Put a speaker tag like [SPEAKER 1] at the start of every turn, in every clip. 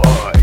[SPEAKER 1] E-S-N-Y.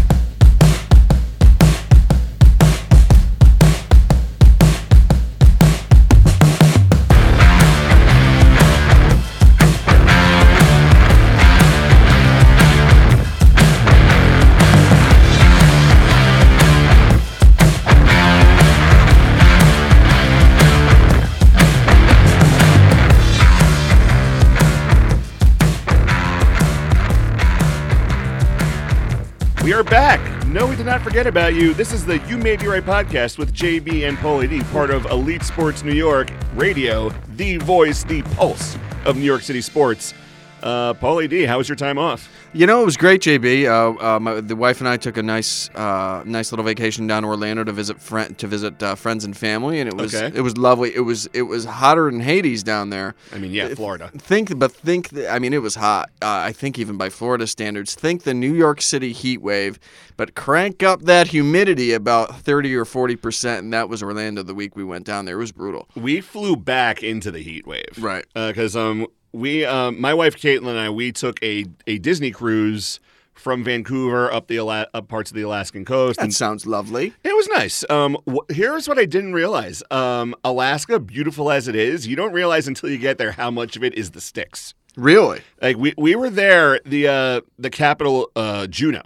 [SPEAKER 2] We are back. No, we did not forget about you. This is the You May Be Right podcast with JB and Paulie D, part of Elite Sports New York Radio, the voice, the pulse of New York City sports. Uh, Paulie D, how was your time off?
[SPEAKER 3] You know, it was great, JB. Uh, uh, my, the wife and I took a nice, uh, nice little vacation down to Orlando to visit friend to visit uh, friends and family, and it was
[SPEAKER 2] Okay.
[SPEAKER 3] it was lovely. It was it was hotter than Hades down there.
[SPEAKER 2] I mean, yeah, Florida.
[SPEAKER 3] Think, but think. th- I mean, it was hot. Uh, I think even by Florida standards. Think the New York City heat wave, but crank up that humidity about thirty or forty percent, and that was Orlando the week we went down there. It was brutal.
[SPEAKER 2] We flew back into the heat wave,
[SPEAKER 3] Right.
[SPEAKER 2] Because um, we, um, my wife Caitlin and I, we took a a Disney cruise from Vancouver up the Ala- up parts of the Alaskan coast.
[SPEAKER 3] That
[SPEAKER 2] and
[SPEAKER 3] sounds lovely.
[SPEAKER 2] It was nice. Um, wh- here's what I didn't realize: um, Alaska, beautiful as it is, you don't realize until you get there how much of it is the sticks.
[SPEAKER 3] Really?
[SPEAKER 2] Like we, we were there, the uh, the capital uh, Juneau,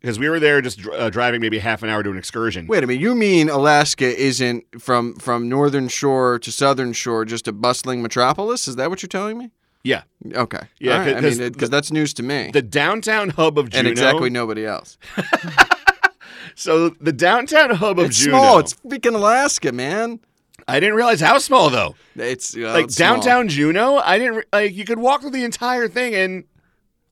[SPEAKER 2] because we were there just dr- uh, driving maybe half an hour to an excursion.
[SPEAKER 3] Wait a minute. You mean Alaska isn't from from northern shore to southern shore just a bustling metropolis? Is that what you're telling me?
[SPEAKER 2] Yeah,
[SPEAKER 3] Okay.
[SPEAKER 2] Yeah,
[SPEAKER 3] All right. I
[SPEAKER 2] 'cause
[SPEAKER 3] mean,
[SPEAKER 2] the-
[SPEAKER 3] because that's news to me,
[SPEAKER 2] the downtown hub of Juneau.
[SPEAKER 3] and exactly nobody else.
[SPEAKER 2] So the downtown hub of
[SPEAKER 3] it's
[SPEAKER 2] Juneau.
[SPEAKER 3] small. It's freaking Alaska, man.
[SPEAKER 2] I didn't realize how small though.
[SPEAKER 3] It's uh,
[SPEAKER 2] like
[SPEAKER 3] it's small.
[SPEAKER 2] downtown Juneau, I didn't re- like you could walk through the entire thing in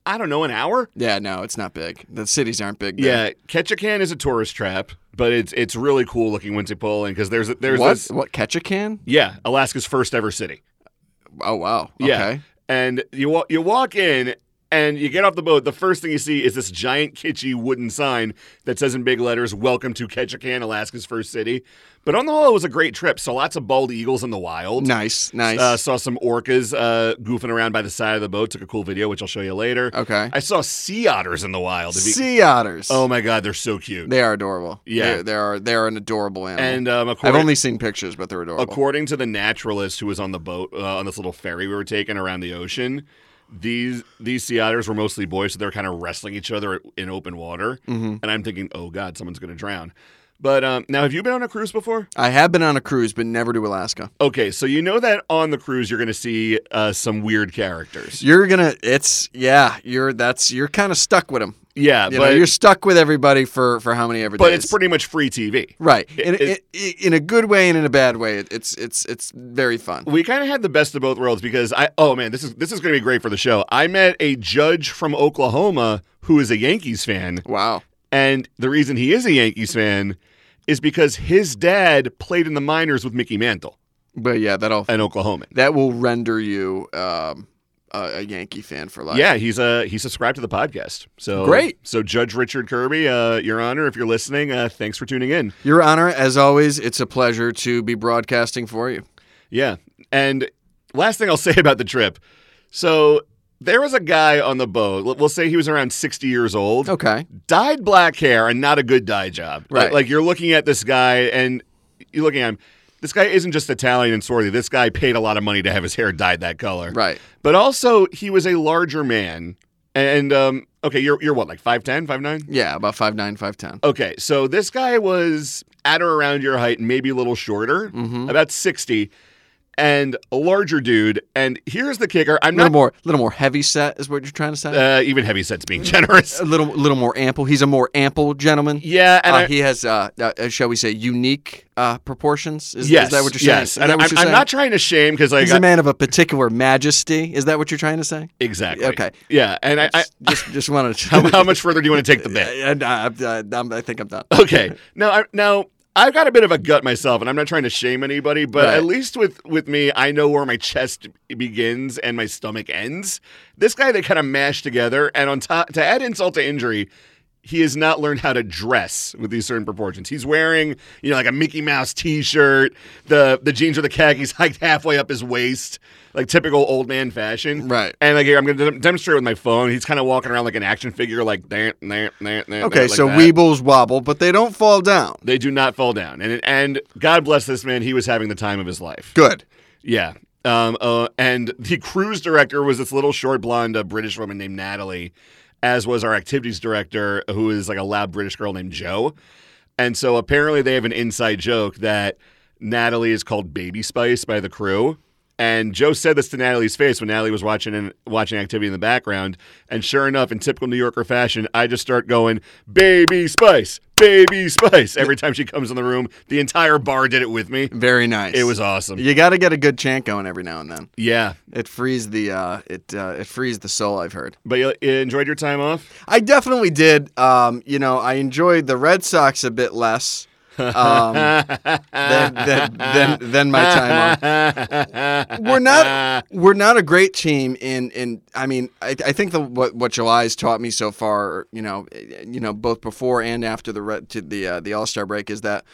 [SPEAKER 2] I don't know an hour.
[SPEAKER 3] Yeah, no, it's not big. The cities aren't big. there.
[SPEAKER 2] Yeah, Ketchikan is a tourist trap, but it's it's really cool looking once you pull in because there's there's
[SPEAKER 3] what?
[SPEAKER 2] this
[SPEAKER 3] What? Ketchikan?
[SPEAKER 2] yeah Alaska's first ever city.
[SPEAKER 3] Oh wow. Okay.
[SPEAKER 2] Yeah, and you wa- you walk in and you get off the boat. The first thing you see is this giant kitschy wooden sign that says in big letters "Welcome to Ketchikan, Alaska's first city." But on the whole, it was a great trip. Saw lots of bald eagles in the wild.
[SPEAKER 3] Nice. Nice.
[SPEAKER 2] Uh, saw some orcas uh, goofing around by the side of the boat. Took a cool video, which I'll show you later.
[SPEAKER 3] okay.
[SPEAKER 2] I saw sea otters in the wild. If you-
[SPEAKER 3] sea otters.
[SPEAKER 2] oh my god, they're so cute.
[SPEAKER 3] they are adorable.
[SPEAKER 2] Yeah.
[SPEAKER 3] they, they are. They are an adorable animal.
[SPEAKER 2] and um,
[SPEAKER 3] I've
[SPEAKER 2] according,
[SPEAKER 3] only seen pictures, but they're adorable.
[SPEAKER 2] according to the naturalist who was on the boat uh, on this little ferry we were taking around the ocean, these these sea otters were mostly boys, so they're kind of wrestling each other in open water.
[SPEAKER 3] Mm-hmm.
[SPEAKER 2] And I'm thinking, oh god, someone's going to drown. But um, now, have you been on a cruise before?
[SPEAKER 3] I have been on a cruise, but never to Alaska.
[SPEAKER 2] Okay, so you know that on the cruise you're going to see uh, some weird characters.
[SPEAKER 3] You're gonna. It's yeah. You're that's you're kind of stuck with them.
[SPEAKER 2] Yeah,
[SPEAKER 3] You
[SPEAKER 2] but
[SPEAKER 3] know, you're stuck with everybody for for how many ever
[SPEAKER 2] but
[SPEAKER 3] days.
[SPEAKER 2] it's pretty much free TV.
[SPEAKER 3] right.
[SPEAKER 2] it-
[SPEAKER 3] in,
[SPEAKER 2] it-
[SPEAKER 3] in, in a good way and in a bad way, it- it's it's it's very fun.
[SPEAKER 2] We kind of had the best of both worlds because I oh man this is this is going to be great for the show. I met a judge from Oklahoma who is a Yankees fan.
[SPEAKER 3] Wow.
[SPEAKER 2] And the reason he is a Yankees fan is because his dad played in the minors with Mickey Mantle,
[SPEAKER 3] But yeah, that'll
[SPEAKER 2] an Oklahoman.
[SPEAKER 3] that will render you um, a, a Yankee fan for life.
[SPEAKER 2] Yeah, he's uh he subscribed to the podcast. So
[SPEAKER 3] Great.
[SPEAKER 2] So Judge Richard Kirby, uh, Your Honor, if you're listening, uh, thanks for tuning in.
[SPEAKER 3] Your Honor, as always, it's a pleasure to be broadcasting for you.
[SPEAKER 2] Yeah. And last thing I'll say about the trip. So there was a guy on the boat. let- We'll say he was around 60 years old.
[SPEAKER 3] Okay.
[SPEAKER 2] dyed black hair and not a good dye job. Like- Like,
[SPEAKER 3] Right.
[SPEAKER 2] you're looking at this guy and you're looking at him. This guy isn't just Italian and swarthy. This guy paid a lot of money to have his hair dyed that color.
[SPEAKER 3] Right.
[SPEAKER 2] But also, he was a larger man. And um, okay, you're you're what like 5'10", 5'9"?
[SPEAKER 3] Yeah. About five nine, five ten.
[SPEAKER 2] Okay, so this guy was at or around your height, maybe a little shorter,
[SPEAKER 3] Mm-hmm.
[SPEAKER 2] about sixty, and a larger dude. And here's the kicker: I'm
[SPEAKER 3] A little
[SPEAKER 2] not
[SPEAKER 3] more, little more heavy set is what you're trying to say.
[SPEAKER 2] uh, even heavy sets being generous.
[SPEAKER 3] a little, little more ample. He's a more ample gentleman.
[SPEAKER 2] Yeah, and
[SPEAKER 3] uh,
[SPEAKER 2] I,
[SPEAKER 3] he has, uh, uh, shall we say, unique uh, proportions. Is,
[SPEAKER 2] yes,
[SPEAKER 3] is that what you're saying?
[SPEAKER 2] yes.
[SPEAKER 3] Is
[SPEAKER 2] And
[SPEAKER 3] that what
[SPEAKER 2] I'm,
[SPEAKER 3] you're
[SPEAKER 2] I'm
[SPEAKER 3] saying?
[SPEAKER 2] not trying to shame because like
[SPEAKER 3] He's
[SPEAKER 2] I-
[SPEAKER 3] a man of a particular majesty. Is that what you're trying to say?
[SPEAKER 2] Exactly.
[SPEAKER 3] Okay.
[SPEAKER 2] Yeah, and I, I
[SPEAKER 3] just, just wanted to.
[SPEAKER 2] how, how much further do you want to take the bit?
[SPEAKER 3] And I, I, I'm- I think I'm done.
[SPEAKER 2] Okay. Now, I, now I've got a bit of a gut myself, and I'm not trying to shame anybody, but
[SPEAKER 3] Right.
[SPEAKER 2] at least with with me, I know where my chest begins and my stomach ends. This guy they kind of mashed together, and on top to add insult to injury, he has not learned how to dress with these certain proportions. He's wearing, you know, like a Mickey Mouse T-shirt. The the jeans or the khakis hiked halfway up his waist, like typical old man fashion.
[SPEAKER 3] Right.
[SPEAKER 2] And like here, I'm going to demonstrate with my phone. He's kind of walking around like an action figure, like there, there, there, there.
[SPEAKER 3] Okay,
[SPEAKER 2] like
[SPEAKER 3] so
[SPEAKER 2] that.
[SPEAKER 3] weebles wobble, but they don't fall down.
[SPEAKER 2] they do not fall down. And and God bless this man. He was having the time of his life.
[SPEAKER 3] Good.
[SPEAKER 2] Yeah. Um, uh, and the cruise director was this little short blonde uh, British woman named Natalie, as was our activities director, who is like a loud British girl named Joe. And so apparently they have an inside joke that Natalie is called Baby Spice by the crew. And Joe said this to Natalie's face when Natalie was watching and watching activity in the background. And sure enough, in typical New Yorker fashion, I just start going, Baby Spice, Baby Spice. Every time she comes in the room, the entire bar did it with me.
[SPEAKER 3] Very nice.
[SPEAKER 2] It was awesome.
[SPEAKER 3] You got to get a good chant going every now and then.
[SPEAKER 2] Yeah.
[SPEAKER 3] It frees the uh, it uh, it frees the soul. I've heard.
[SPEAKER 2] But you, you enjoyed your time off?
[SPEAKER 3] I definitely did. Um, you know, I enjoyed the Red Sox a bit less um, than, than, than than my time off. we're not we're not a great team in in I mean I, I think the what what July's taught me so far you know eh, you know both before and after the re- to the uh, the All Star break is that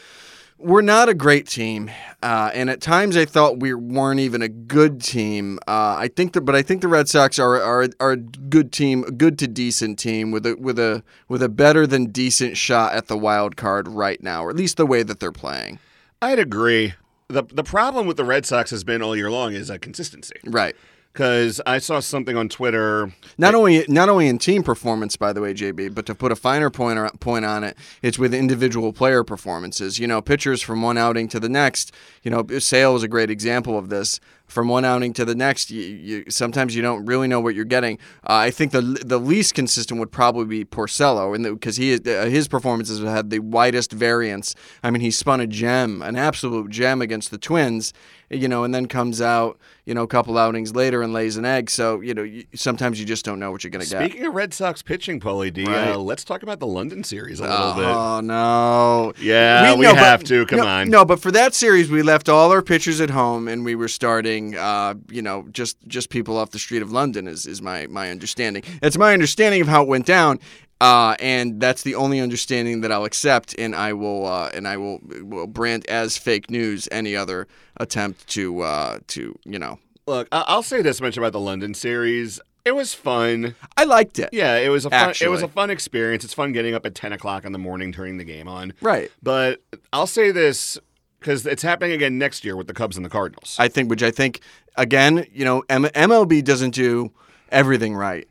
[SPEAKER 3] we're not a great team uh, and at times I thought we weren't even a good team uh, I think that but I think the Red Sox are are are a good team a good to decent team with a with a with a better than decent shot at the wild card right now or at least the way that they're playing
[SPEAKER 2] I'd agree. The, the problem with the Red Sox has been all year long is uh, consistency.
[SPEAKER 3] right.
[SPEAKER 2] Because I saw something on Twitter.
[SPEAKER 3] Not only not only in team performance, by the way, JB, but to put a finer point or, point on it, it's with individual player performances. You know, pitchers from one outing to the next. You know, Sale is a great example of this. From one outing to the next, you, you sometimes you don't really know what you're getting. Uh, I think the the least consistent would probably be Porcello, and because he is- uh, his performances have had the widest variance. I mean, he spun a gem, an absolute gem against the Twins, you know, and then comes out, you know, a couple outings later and lays an egg. So, you know, you, sometimes you just don't know what you're going to get.
[SPEAKER 2] Speaking of Red Sox pitching, Paulie D,
[SPEAKER 3] Right.
[SPEAKER 2] uh, let's talk about the London series a little bit.
[SPEAKER 3] Oh, no.
[SPEAKER 2] Yeah, we
[SPEAKER 3] no, but-
[SPEAKER 2] have to. Come
[SPEAKER 3] no,
[SPEAKER 2] on.
[SPEAKER 3] No, but for that series, we left all our pitchers at home and we were starting, uh, you know, just just people off the street of London is, is my, my understanding. That's my understanding of how it went down. Uh, and that's the only understanding that I'll accept, and I will uh, and I will, will brand as fake news any other attempt to uh, to you know.
[SPEAKER 2] Look, I- I'll say this much about the London series. It was fun.
[SPEAKER 3] I liked it.
[SPEAKER 2] Yeah, it was a fun, it was
[SPEAKER 3] Actually.
[SPEAKER 2] a fun experience. It's fun getting up at ten o'clock in the morning, turning the game on.
[SPEAKER 3] Right.
[SPEAKER 2] But I'll say this because it's happening again next year with the Cubs and the Cardinals.
[SPEAKER 3] I think, which I think, again, you know, M- MLB doesn't do everything right,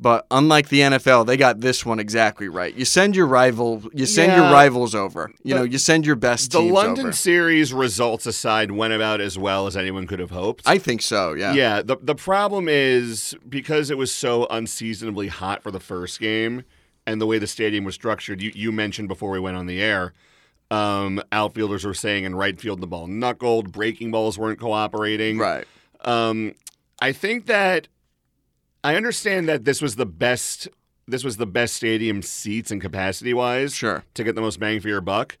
[SPEAKER 3] but unlike the NFL, they got this one exactly right. You send your rival, you send
[SPEAKER 2] Yeah.
[SPEAKER 3] your rivals over. You know, you send your best
[SPEAKER 2] the
[SPEAKER 3] teams
[SPEAKER 2] London
[SPEAKER 3] over.
[SPEAKER 2] series results aside went about as well as anyone could have hoped.
[SPEAKER 3] I think so. Yeah.
[SPEAKER 2] yeah, the the problem is because it was so unseasonably hot for the first game and the way the stadium was structured, you, you mentioned before we went on the air, um, outfielders were saying in right field the ball knuckled, breaking balls weren't cooperating.
[SPEAKER 3] Right.
[SPEAKER 2] Um, I think that I understand that this was the best. This was the best stadium seats and capacity wise
[SPEAKER 3] Sure.
[SPEAKER 2] to get the most bang for your buck.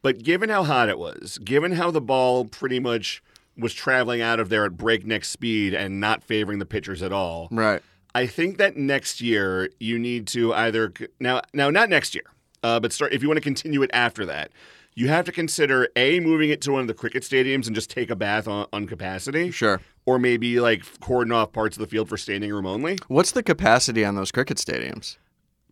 [SPEAKER 2] But given how hot it was, given how the ball pretty much was traveling out of there at breakneck speed and not favoring the pitchers at all,
[SPEAKER 3] Right.
[SPEAKER 2] I think that next year you need to either now now not next year, uh, but start if you want to continue it after that. You have to consider a moving it to one of the cricket stadiums and just take a bath on, on capacity,
[SPEAKER 3] Sure.
[SPEAKER 2] or maybe like cordon off parts of the field for standing room only.
[SPEAKER 3] What's the capacity on those cricket stadiums?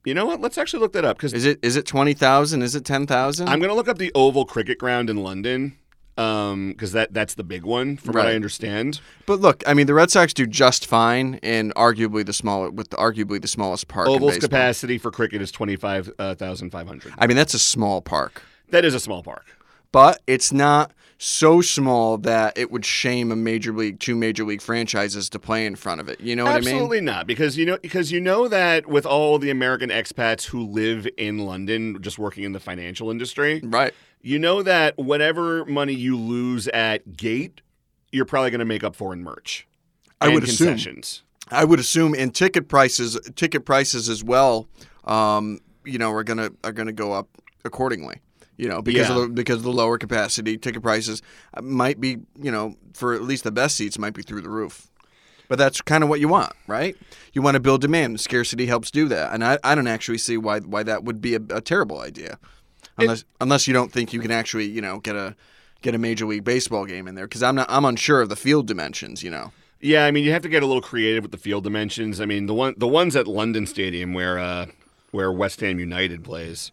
[SPEAKER 2] You know what? Let's actually look that up because
[SPEAKER 3] Is it is it twenty thousand? Is it ten thousand?
[SPEAKER 2] I'm gonna look up the Oval Cricket Ground in London because that that's the big one from what I
[SPEAKER 3] Right.
[SPEAKER 2] understand.
[SPEAKER 3] But look, I mean, the Red Sox do just fine in arguably the smaller with arguably the smallest park. in
[SPEAKER 2] Oval's
[SPEAKER 3] baseball.
[SPEAKER 2] capacity for cricket is twenty five thousand five hundred.
[SPEAKER 3] I mean, that's a small park.
[SPEAKER 2] That is a small park.
[SPEAKER 3] but it's not so small that it would shame a major league, two major league franchises to play in front of it. You know what I mean?
[SPEAKER 2] Absolutely not, because you know because you know that with all the American expats who live in London, just working in the financial industry,
[SPEAKER 3] Right.
[SPEAKER 2] you know that whatever money you lose at gate, you're probably gonna make up for in merch.
[SPEAKER 3] I
[SPEAKER 2] and
[SPEAKER 3] would assume.
[SPEAKER 2] concessions.
[SPEAKER 3] I would assume in ticket prices, ticket prices as well. Um, you know, are gonna are gonna go up accordingly. You know, because
[SPEAKER 2] Yeah.
[SPEAKER 3] of the, because of the lower uh, capacity, ticket prices might be you know for at least the best seats might be through the roof. But that's kind of what you want, right? You want to build demand. Scarcity helps do that, and I, I don't actually see why why that would be a, a terrible idea, unless unless you don't think you can actually you know get a get a major league baseball game in there because I'm not I'm unsure of the field dimensions, you know.
[SPEAKER 2] Yeah, I mean, you have to get a little creative with the field dimensions. I mean, the one the ones at London Stadium where uh, where West Ham United plays,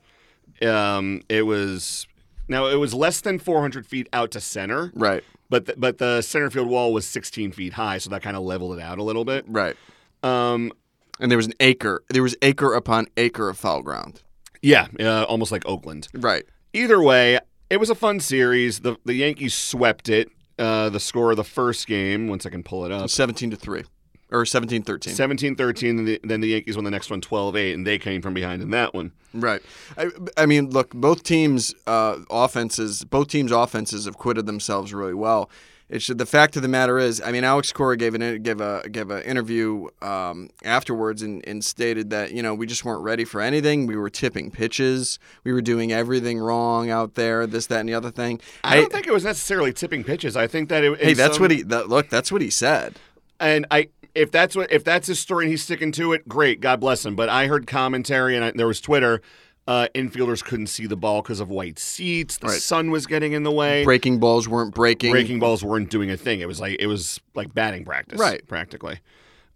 [SPEAKER 2] um, it was now it was less than 400 feet out to center,
[SPEAKER 3] Right.
[SPEAKER 2] but the, but the center field wall was 16 feet high, so that kind of leveled it out a little bit.
[SPEAKER 3] Right.
[SPEAKER 2] Um,
[SPEAKER 3] And there was an acre. There was acre upon acre of foul ground.
[SPEAKER 2] yeah, uh, almost like Oakland.
[SPEAKER 3] Right.
[SPEAKER 2] Either way, it was a fun series. The the Yankees swept it. Uh, the score of the first game, once I can pull it up,
[SPEAKER 3] 17 to 3 or 17 13.
[SPEAKER 2] 17-13, and the- then the Yankees won the next one 12-8, and they came from behind in that one.
[SPEAKER 3] Right. I, I mean, look, both teams' uh, offenses, both teams' offenses have quitted themselves really well. It's the fact of the matter is, I mean, Alex Cora gave an gave a gave an interview um, afterwards and, and stated that you know we just weren't ready for anything. We were tipping pitches. We were doing everything wrong out there. This, that, and the other thing.
[SPEAKER 2] I don't think it was necessarily tipping pitches. I think that it.
[SPEAKER 3] hey, that's
[SPEAKER 2] what he.
[SPEAKER 3] what he that, look. That's what he said.
[SPEAKER 2] And I, if that's what, if that's his story and he's sticking to it, great, God bless him. But I heard commentary and I, there was Twitter. Uh, infielders couldn't see the ball because of white seats. The
[SPEAKER 3] Right.
[SPEAKER 2] sun was getting in the way.
[SPEAKER 3] Breaking balls weren't breaking.
[SPEAKER 2] Breaking balls weren't doing a thing. It was like it was like batting practice,
[SPEAKER 3] Right.
[SPEAKER 2] Practically.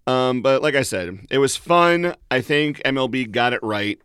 [SPEAKER 2] Um, but like I said, it was fun. I think MLB got it right.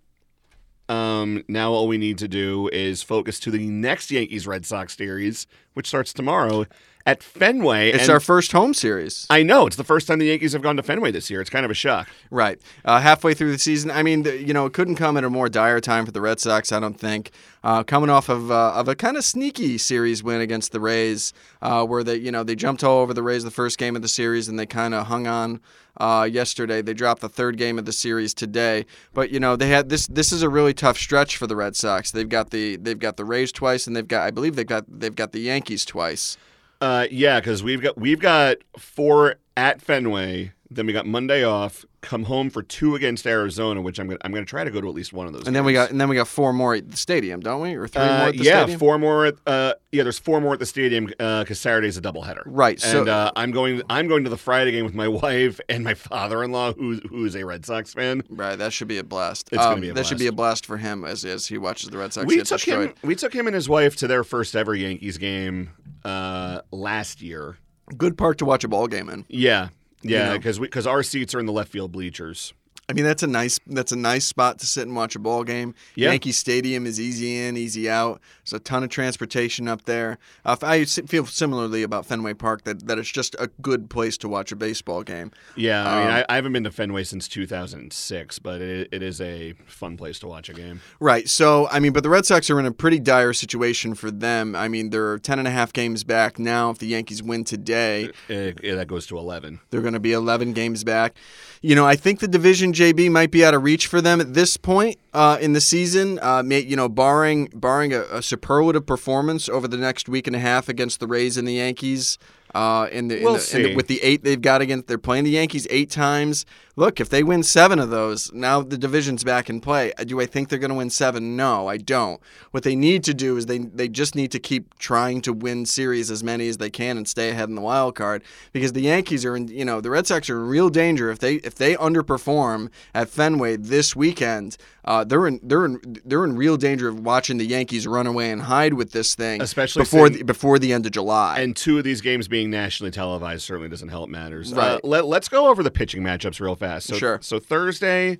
[SPEAKER 2] Um, now all we need to do is focus to the next Yankees Red Sox series, which starts tomorrow at Fenway.
[SPEAKER 3] It's
[SPEAKER 2] and-
[SPEAKER 3] our first home series.
[SPEAKER 2] I know it's the first time the Yankees have gone to Fenway this year. It's kind of a shock.
[SPEAKER 3] Right. Uh, halfway through the season, I mean, the, you know, it couldn't come at a more dire time for the Red Sox, I don't think. Uh, coming off of uh, of a kind of sneaky series win against the Rays, uh, where they, you know, they jumped all over the Rays the first game of the series and they kind of hung on uh, yesterday. They dropped the third game of the series today. But, you know, they had this this is a really tough stretch for the Red Sox. They've got the they've got the Rays twice and they've got I believe they've got they've got the Yankees twice.
[SPEAKER 2] Uh, yeah, because we've got we've got four at Fenway. Then we got Monday off. Come home for two against Arizona, which I'm gonna I'm gonna try to go to at least one of those.
[SPEAKER 3] And then we
[SPEAKER 2] games.
[SPEAKER 3] got and then we got four more at the stadium, don't we? Or three more
[SPEAKER 2] Uh,
[SPEAKER 3] at the
[SPEAKER 2] yeah,
[SPEAKER 3] stadium?
[SPEAKER 2] four more. At, uh, yeah, there's four more at the stadium because Saturday's a doubleheader.
[SPEAKER 3] Right, so-
[SPEAKER 2] and uh, I'm going. I'm going to the Friday game with my wife and my father-in-law, who who is a Red Sox fan.
[SPEAKER 3] Right, that should be a blast. Um,
[SPEAKER 2] It's gonna be a
[SPEAKER 3] that should be a blast for him as, as he watches the Red Sox
[SPEAKER 2] we
[SPEAKER 3] get
[SPEAKER 2] took
[SPEAKER 3] destroyed.
[SPEAKER 2] him. We took him and his wife to their first ever Yankees game uh, last year.
[SPEAKER 3] Good part to watch a ball game in.
[SPEAKER 2] Yeah, yeah,
[SPEAKER 3] know?
[SPEAKER 2] because because our seats are in the left field bleachers.
[SPEAKER 3] I mean, that's a nice that's a nice spot to sit and watch a ball game.
[SPEAKER 2] Yeah.
[SPEAKER 3] Yankee Stadium is easy in, easy out. There's a ton of transportation up there. Uh, if I s- feel similarly about Fenway Park that that it's just a good place to watch a baseball game.
[SPEAKER 2] Yeah, I
[SPEAKER 3] Ah.
[SPEAKER 2] mean, I, I haven't been to Fenway since 2006, but it, it is a fun place to watch a game.
[SPEAKER 3] Right. So, I mean, but the Red Sox are in a pretty dire situation for them. I mean, they're 10 and a half games back now if the Yankees win today.
[SPEAKER 2] It, it- that goes to 11.
[SPEAKER 3] They're going to be 11 games back. You know, I think the division JB might be out of reach for them at this point uh, in the season. Uh, may, you know, barring barring a, a superlative performance over the next week and a half against the Rays and the Yankees. Uh, in the, in
[SPEAKER 2] We'll
[SPEAKER 3] the- in the-
[SPEAKER 2] see.
[SPEAKER 3] with the eight they've got against, they're playing the Yankees eight times. Look, if they win seven of those, now the division's back in play. Do I think they're going to win seven? No, I don't. What they need to do is they they just need to keep trying to win series as many as they can and stay ahead in the wild card because the Yankees are in you know the Red Sox are in real danger if they if they underperform at Fenway this weekend. Uh, they're in they're in they're in real danger of watching the Yankees run away and hide with this thing,
[SPEAKER 2] Especially
[SPEAKER 3] before
[SPEAKER 2] seeing-
[SPEAKER 3] the, before the end of July.
[SPEAKER 2] And two of these games being nationally televised certainly doesn't help matters. Uh,
[SPEAKER 3] Right.
[SPEAKER 2] let, us go over the pitching matchups real fast. So,
[SPEAKER 3] Sure.
[SPEAKER 2] So Thursday,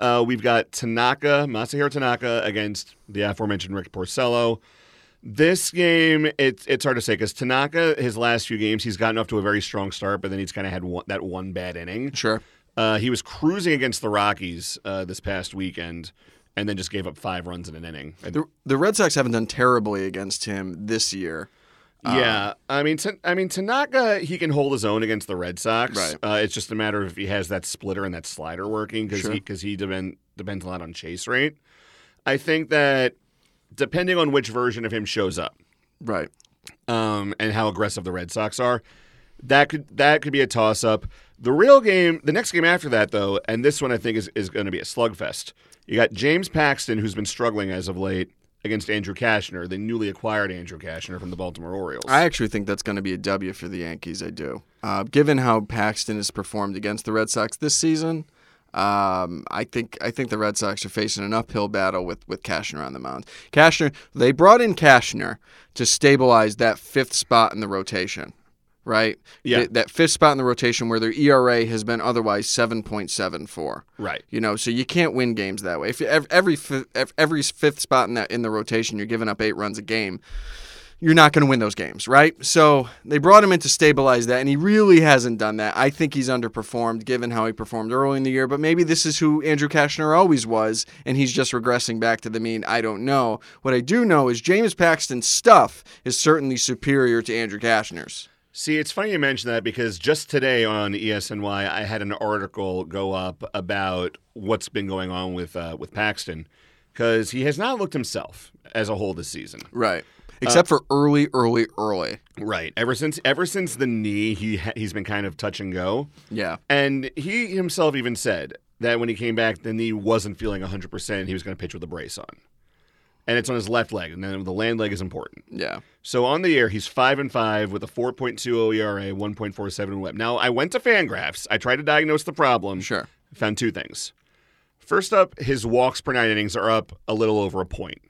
[SPEAKER 2] uh, we've got Tanaka, Masahiro Tanaka against the aforementioned Rick Porcello. This game, it's it's hard to say because Tanaka, his last few games, he's gotten off to a very strong start, but then he's kind of had one, that one bad inning.
[SPEAKER 3] sure.
[SPEAKER 2] Uh, he was cruising against the Rockies uh, this past weekend, and then just gave up five runs in an inning.
[SPEAKER 3] The, the Red Sox haven't done terribly against him this year. Um,
[SPEAKER 2] yeah, I mean, Tan- I mean Tanaka, he can hold his own against the Red Sox.
[SPEAKER 3] Right.
[SPEAKER 2] Uh, it's just a matter of if he has that splitter and that slider working because
[SPEAKER 3] Sure.
[SPEAKER 2] he because he depend, depends a lot on chase rate. I think that depending on which version of him shows up
[SPEAKER 3] Right.
[SPEAKER 2] um, and how aggressive the Red Sox are, that could that could be a toss up. The real game, the next game after that though, and this one I think is is going to be a slugfest. You got James Paxton, who's been struggling as of late, against Andrew Kashner, the newly acquired Andrew Kashner from the Baltimore Orioles.
[SPEAKER 3] I actually think that's going to be a W for the Yankees. I do. Uh, given how Paxton has performed against the Red Sox this season, um, I think I think the Red Sox are facing an uphill battle with with Cashner on the mound. Cashner, they brought in Cashner to stabilize that fifth spot in the rotation, right?
[SPEAKER 2] Yeah.
[SPEAKER 3] Th- that fifth spot in the rotation where their ERA has been otherwise seven point seven four.
[SPEAKER 2] right.
[SPEAKER 3] You know, so you can't win games that way. If you- ev- every fi- ev- every fifth spot in that in the rotation, you're giving up eight runs a game. You're not going to win those games, right? So they brought him in to stabilize that, and he really hasn't done that. I think he's underperformed given how he performed early in the year, but maybe this is who Andrew Kashner always was, and he's just regressing back to the mean. I don't know. What I do know is James Paxton's stuff is certainly superior to Andrew Kashner's.
[SPEAKER 2] See, it's funny you mention that because just today on E ESNY, I had an article go up about what's been going on with uh, with Paxton because he has not looked himself as a whole this season.
[SPEAKER 3] Right. Uh, Except for early, early, early.
[SPEAKER 2] Right. Ever since ever since the knee, he ha- he's been kind of touch and go.
[SPEAKER 3] Yeah.
[SPEAKER 2] And he himself even said that when he came back, the knee wasn't feeling 100%. He was going to pitch with a brace on. And it's on his left leg, and then the land leg is important.
[SPEAKER 3] Yeah.
[SPEAKER 2] So on the year, he's 5 and 5 with a 4.20 ERA, 1.47 whip. Now, I went to Fangraphs. I tried to diagnose the problem.
[SPEAKER 3] Sure.
[SPEAKER 2] Found two things. First up, his walks per nine innings are up a little over a point.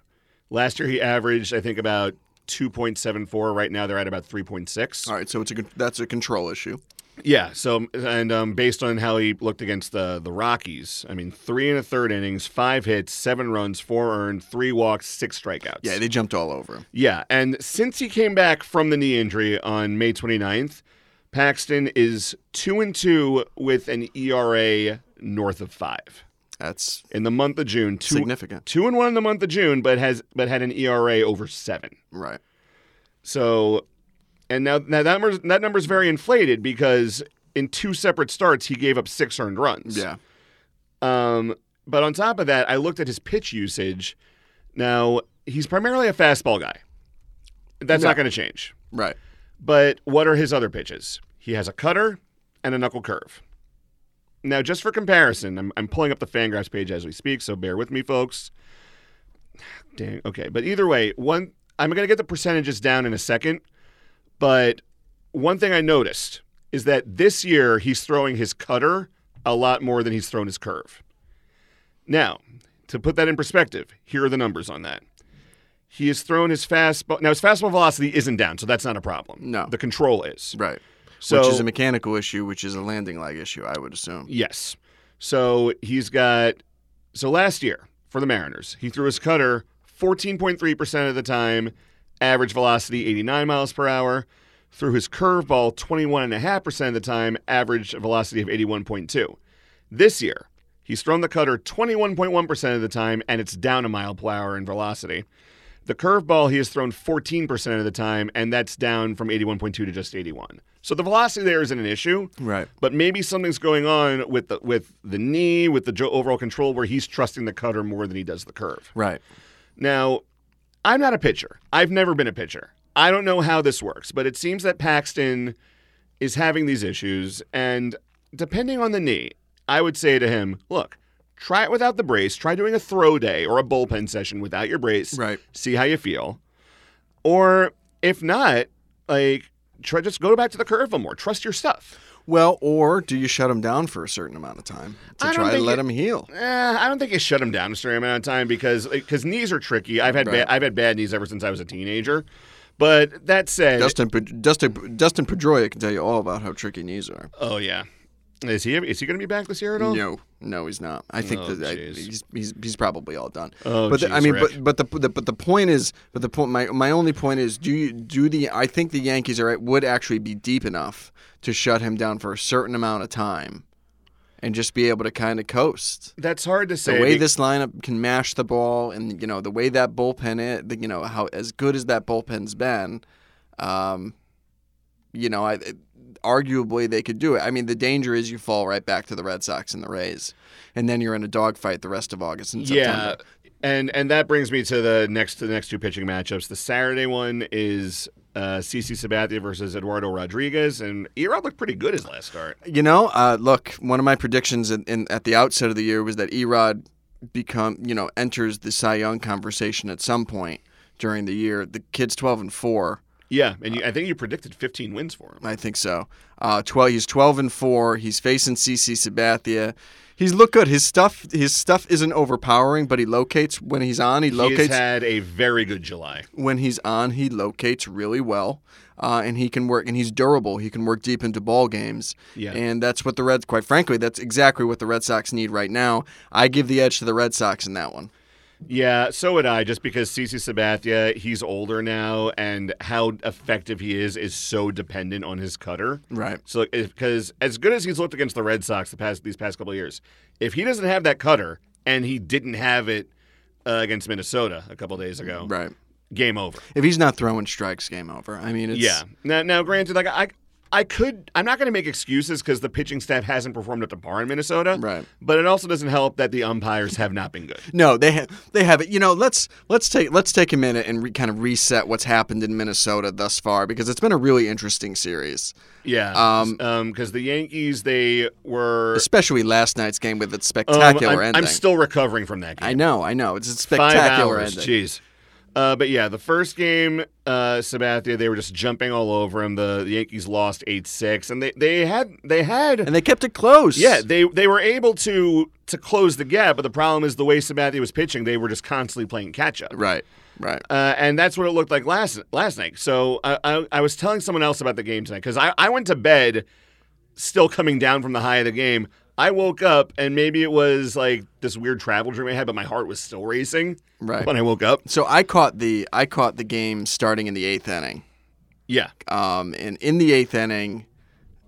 [SPEAKER 2] Last year, he averaged, I think, about 2.74. Right now, they're at about 3.6.
[SPEAKER 3] All right, so it's a con- that's a control issue.
[SPEAKER 2] Yeah. So, and um, based on how he looked against the the Rockies, I mean, three and a third innings, five hits, seven runs, four earned, three walks, six strikeouts.
[SPEAKER 3] Yeah, they jumped all over him.
[SPEAKER 2] yeah. And since he came back from the knee injury on May 29th, Paxton is two and two with an ERA north of five
[SPEAKER 3] That's
[SPEAKER 2] in the month of June. Two,
[SPEAKER 3] significant,
[SPEAKER 2] Two and one in the month of June, but has but had an ERA over seven.
[SPEAKER 3] right?
[SPEAKER 2] So, and now, now that number that number's very inflated because in two separate starts he gave up six earned runs.
[SPEAKER 3] Yeah,
[SPEAKER 2] Um, but on top of that, I looked at his pitch usage. Now he's primarily a fastball guy. That's not
[SPEAKER 3] Yeah.
[SPEAKER 2] going to change.
[SPEAKER 3] right.
[SPEAKER 2] But what are his other pitches? He has a cutter and a knuckle curve. Now, just for comparison, I'm, I'm pulling up the Fangraphs page as we speak, so bear with me, folks. Dang. Okay, but either way, one I'm going to get the percentages down in a second, but one thing I noticed is that this year he's throwing his cutter a lot more than he's thrown his curve. Now, to put that in perspective, here are the numbers on that. He has thrown his fastball. Now, his fastball velocity isn't down, so that's not a problem.
[SPEAKER 3] No.
[SPEAKER 2] The control is.
[SPEAKER 3] Right.
[SPEAKER 2] So,
[SPEAKER 3] which is a mechanical issue, which is a landing leg issue, I would assume.
[SPEAKER 2] yes. So he's got. So last year for the Mariners, he threw his cutter 14.3% of the time, average velocity 89 miles per hour. Threw his curveball 21.5% of the time, average velocity of 81.2. This year, he's thrown the cutter 21.1% of the time, and it's down a mile per hour in velocity. The curveball he has thrown 14% of the time, and that's down from 81.2 to just 81. So the velocity there isn't an issue.
[SPEAKER 3] Right.
[SPEAKER 2] But maybe something's going on with the with the knee, with the jo- overall control, where he's trusting the cutter more than he does the curve.
[SPEAKER 3] Right.
[SPEAKER 2] Now, I'm not a pitcher. I've never been a pitcher. I don't know how this works, but it seems that Paxton is having these issues, and depending on the knee, I would say to him, "Look, try it without the brace. Try doing a throw day or a bullpen session without your brace.
[SPEAKER 3] Right.
[SPEAKER 2] See how you feel." Or if not, like try just go back to the curve more. Trust your stuff.
[SPEAKER 3] Well, or do you shut him down for a certain amount of time to
[SPEAKER 2] I don't
[SPEAKER 3] try to
[SPEAKER 2] think
[SPEAKER 3] let
[SPEAKER 2] it-
[SPEAKER 3] him heal?
[SPEAKER 2] Eh, I don't think it shut him down a certain amount of time because because knees are tricky. I've had
[SPEAKER 3] Right.
[SPEAKER 2] ba- I've had bad knees ever since I was a teenager. But that said,
[SPEAKER 3] Dustin Pe- Dustin Dustin Pedroia can tell you all about how tricky knees are.
[SPEAKER 2] oh yeah, is he is he going to be back this year at all?
[SPEAKER 3] No, no, he's not. I think
[SPEAKER 2] Oh,
[SPEAKER 3] that I,
[SPEAKER 2] jeez.
[SPEAKER 3] he's, he's he's probably all done.
[SPEAKER 2] Oh,
[SPEAKER 3] but the, I
[SPEAKER 2] jeez,
[SPEAKER 3] mean,
[SPEAKER 2] Rick.
[SPEAKER 3] but but the, the but the point is, but the point my my only point is, do you do the? I think the Yankees are would actually be deep enough to shut him down for a certain amount of time, and just be able to kind of coast.
[SPEAKER 2] That's hard to say.
[SPEAKER 3] The way
[SPEAKER 2] be-
[SPEAKER 3] this lineup can mash the ball, and you know the way that bullpen, is, the- you know how as good as that bullpen's been, um, you know, I, arguably they could do it. I mean, the danger is you fall right back to the Red Sox and the Rays, and then you're in a dogfight the rest of August and
[SPEAKER 2] yeah,
[SPEAKER 3] September.
[SPEAKER 2] and and that brings me to the next to the next two pitching matchups. The Saturday one is uh, CC Sabathia versus Eduardo Rodriguez, and Erod looked pretty good his last start.
[SPEAKER 3] You know, uh, look, one of my predictions in, in, at the outset of the year was that Erod become you know enters the Cy Young conversation at some point during the year. The kid's twelve and four.
[SPEAKER 2] Yeah, and you, I think you predicted 15 wins for him.
[SPEAKER 3] I think so. Uh, twelve. He's twelve and four. He's facing CC Sabathia. He's looked good. His stuff. His stuff isn't overpowering, but he locates when he's on. He
[SPEAKER 2] He's
[SPEAKER 3] locates
[SPEAKER 2] had a very good July.
[SPEAKER 3] when he's on. He locates really well, uh, and he can work. And he's durable. He can work deep into ball games.
[SPEAKER 2] Yeah.
[SPEAKER 3] And that's what the Reds. Quite frankly, that's exactly what the Red Sox need right now. I give the edge to the Red Sox in that one.
[SPEAKER 2] Yeah, so would I, just because CC Sabathia, he's older now, and how effective he is is so dependent on his cutter.
[SPEAKER 3] Right.
[SPEAKER 2] So, because as good as he's looked against the Red Sox the past these past couple of years, if he doesn't have that cutter, and he didn't have it uh, against Minnesota a couple days ago,
[SPEAKER 3] Right.
[SPEAKER 2] game over.
[SPEAKER 3] If he's not throwing strikes, game over. I mean, it's,
[SPEAKER 2] Yeah. Now, now, granted, like I, I could, I'm not going to make excuses because the pitching staff hasn't performed at the bar in Minnesota.
[SPEAKER 3] Right.
[SPEAKER 2] But it also doesn't help that the umpires have not been good.
[SPEAKER 3] No, they have they have it. You know, let's let's take let's take a minute and re- kind of reset what's happened in Minnesota thus far because it's been a really interesting series,
[SPEAKER 2] Yeah. Um. Because the Yankees, they were
[SPEAKER 3] especially last night's game with its
[SPEAKER 2] um,
[SPEAKER 3] spectacular
[SPEAKER 2] I'm, I'm
[SPEAKER 3] ending.
[SPEAKER 2] still recovering from that game.
[SPEAKER 3] I know, I know, it's a
[SPEAKER 2] Five
[SPEAKER 3] spectacular
[SPEAKER 2] hours.
[SPEAKER 3] ending.
[SPEAKER 2] Jeez. Uh, but yeah, the first game, uh, Sabathia, they were just jumping all over him. The, the Yankees lost eight six, and they, they had they had
[SPEAKER 3] And they kept it close.
[SPEAKER 2] Yeah, they they were able to to close the gap, but the problem is the way Sabathia was pitching, they were just constantly playing catch up.
[SPEAKER 3] Right. Right.
[SPEAKER 2] Uh, and that's what it looked like last last night. So I, I, I was telling someone else about the game tonight because I, I went to bed still coming down from the high of the game. I woke up and maybe it was like this weird travel dream I had, but my heart was still racing
[SPEAKER 3] Right.
[SPEAKER 2] when I woke up.
[SPEAKER 3] So I caught the I caught the game starting in the eighth inning.
[SPEAKER 2] Yeah,
[SPEAKER 3] Um, and in the eighth inning,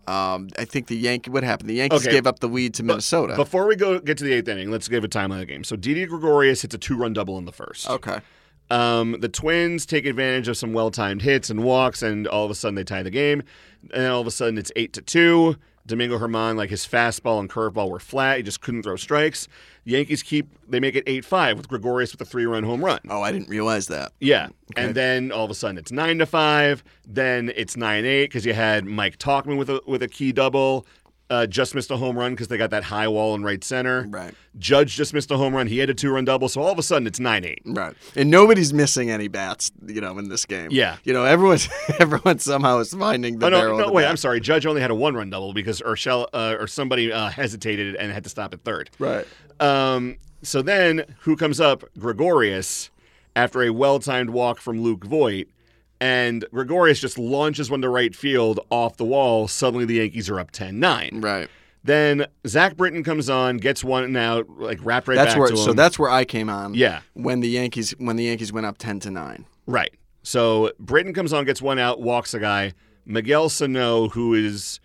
[SPEAKER 3] um, I think the Yankee what happened? The Yankees
[SPEAKER 2] Okay.
[SPEAKER 3] gave up the lead to Minnesota.
[SPEAKER 2] Before we go get to the eighth inning, let's give a timeline of the game. So Didi Gregorius hits a two run double in the first.
[SPEAKER 3] okay.
[SPEAKER 2] Um, the Twins take advantage of some well timed hits and walks, and all of a sudden they tie the game. And then all of a sudden it's eight to two. Domingo Herman, like his fastball and curveball were flat. He just couldn't throw strikes. The Yankees keep they make it eight five with Gregorius with a three run home run.
[SPEAKER 3] Oh, I didn't realize that.
[SPEAKER 2] Yeah, and then all of a sudden it's nine to five. Then it's nine eight because you had Mike Talkman with a with a key double. Uh, just missed a home run because they got that high wall in right center.
[SPEAKER 3] Right.
[SPEAKER 2] Judge just missed a home run. He had a two run double. So all of a sudden it's nine eight.
[SPEAKER 3] Right. And nobody's missing any bats, you know, in this game.
[SPEAKER 2] Yeah.
[SPEAKER 3] You know, everyone's everyone somehow is finding the
[SPEAKER 2] Oh,
[SPEAKER 3] barrel.
[SPEAKER 2] no,
[SPEAKER 3] of
[SPEAKER 2] no,
[SPEAKER 3] the
[SPEAKER 2] wait,
[SPEAKER 3] bat.
[SPEAKER 2] I'm sorry. Judge only had a one run double because Urshel, uh, or somebody uh, hesitated and had to stop at third.
[SPEAKER 3] Right.
[SPEAKER 2] Um, so then who comes up? Gregorius after a well timed walk from Luke Voigt. And Gregorius just launches one to right field off the wall. Suddenly the Yankees are up 10 9.
[SPEAKER 3] Right.
[SPEAKER 2] Then Zach Britton comes on, gets one out, like wrapped right
[SPEAKER 3] That's
[SPEAKER 2] back
[SPEAKER 3] where
[SPEAKER 2] to him.
[SPEAKER 3] so that's where I came on.
[SPEAKER 2] Yeah.
[SPEAKER 3] When the Yankees when the Yankees went up ten to nine.
[SPEAKER 2] Right. So Britain comes on, gets one out, walks a guy. Miguel Sano, who is,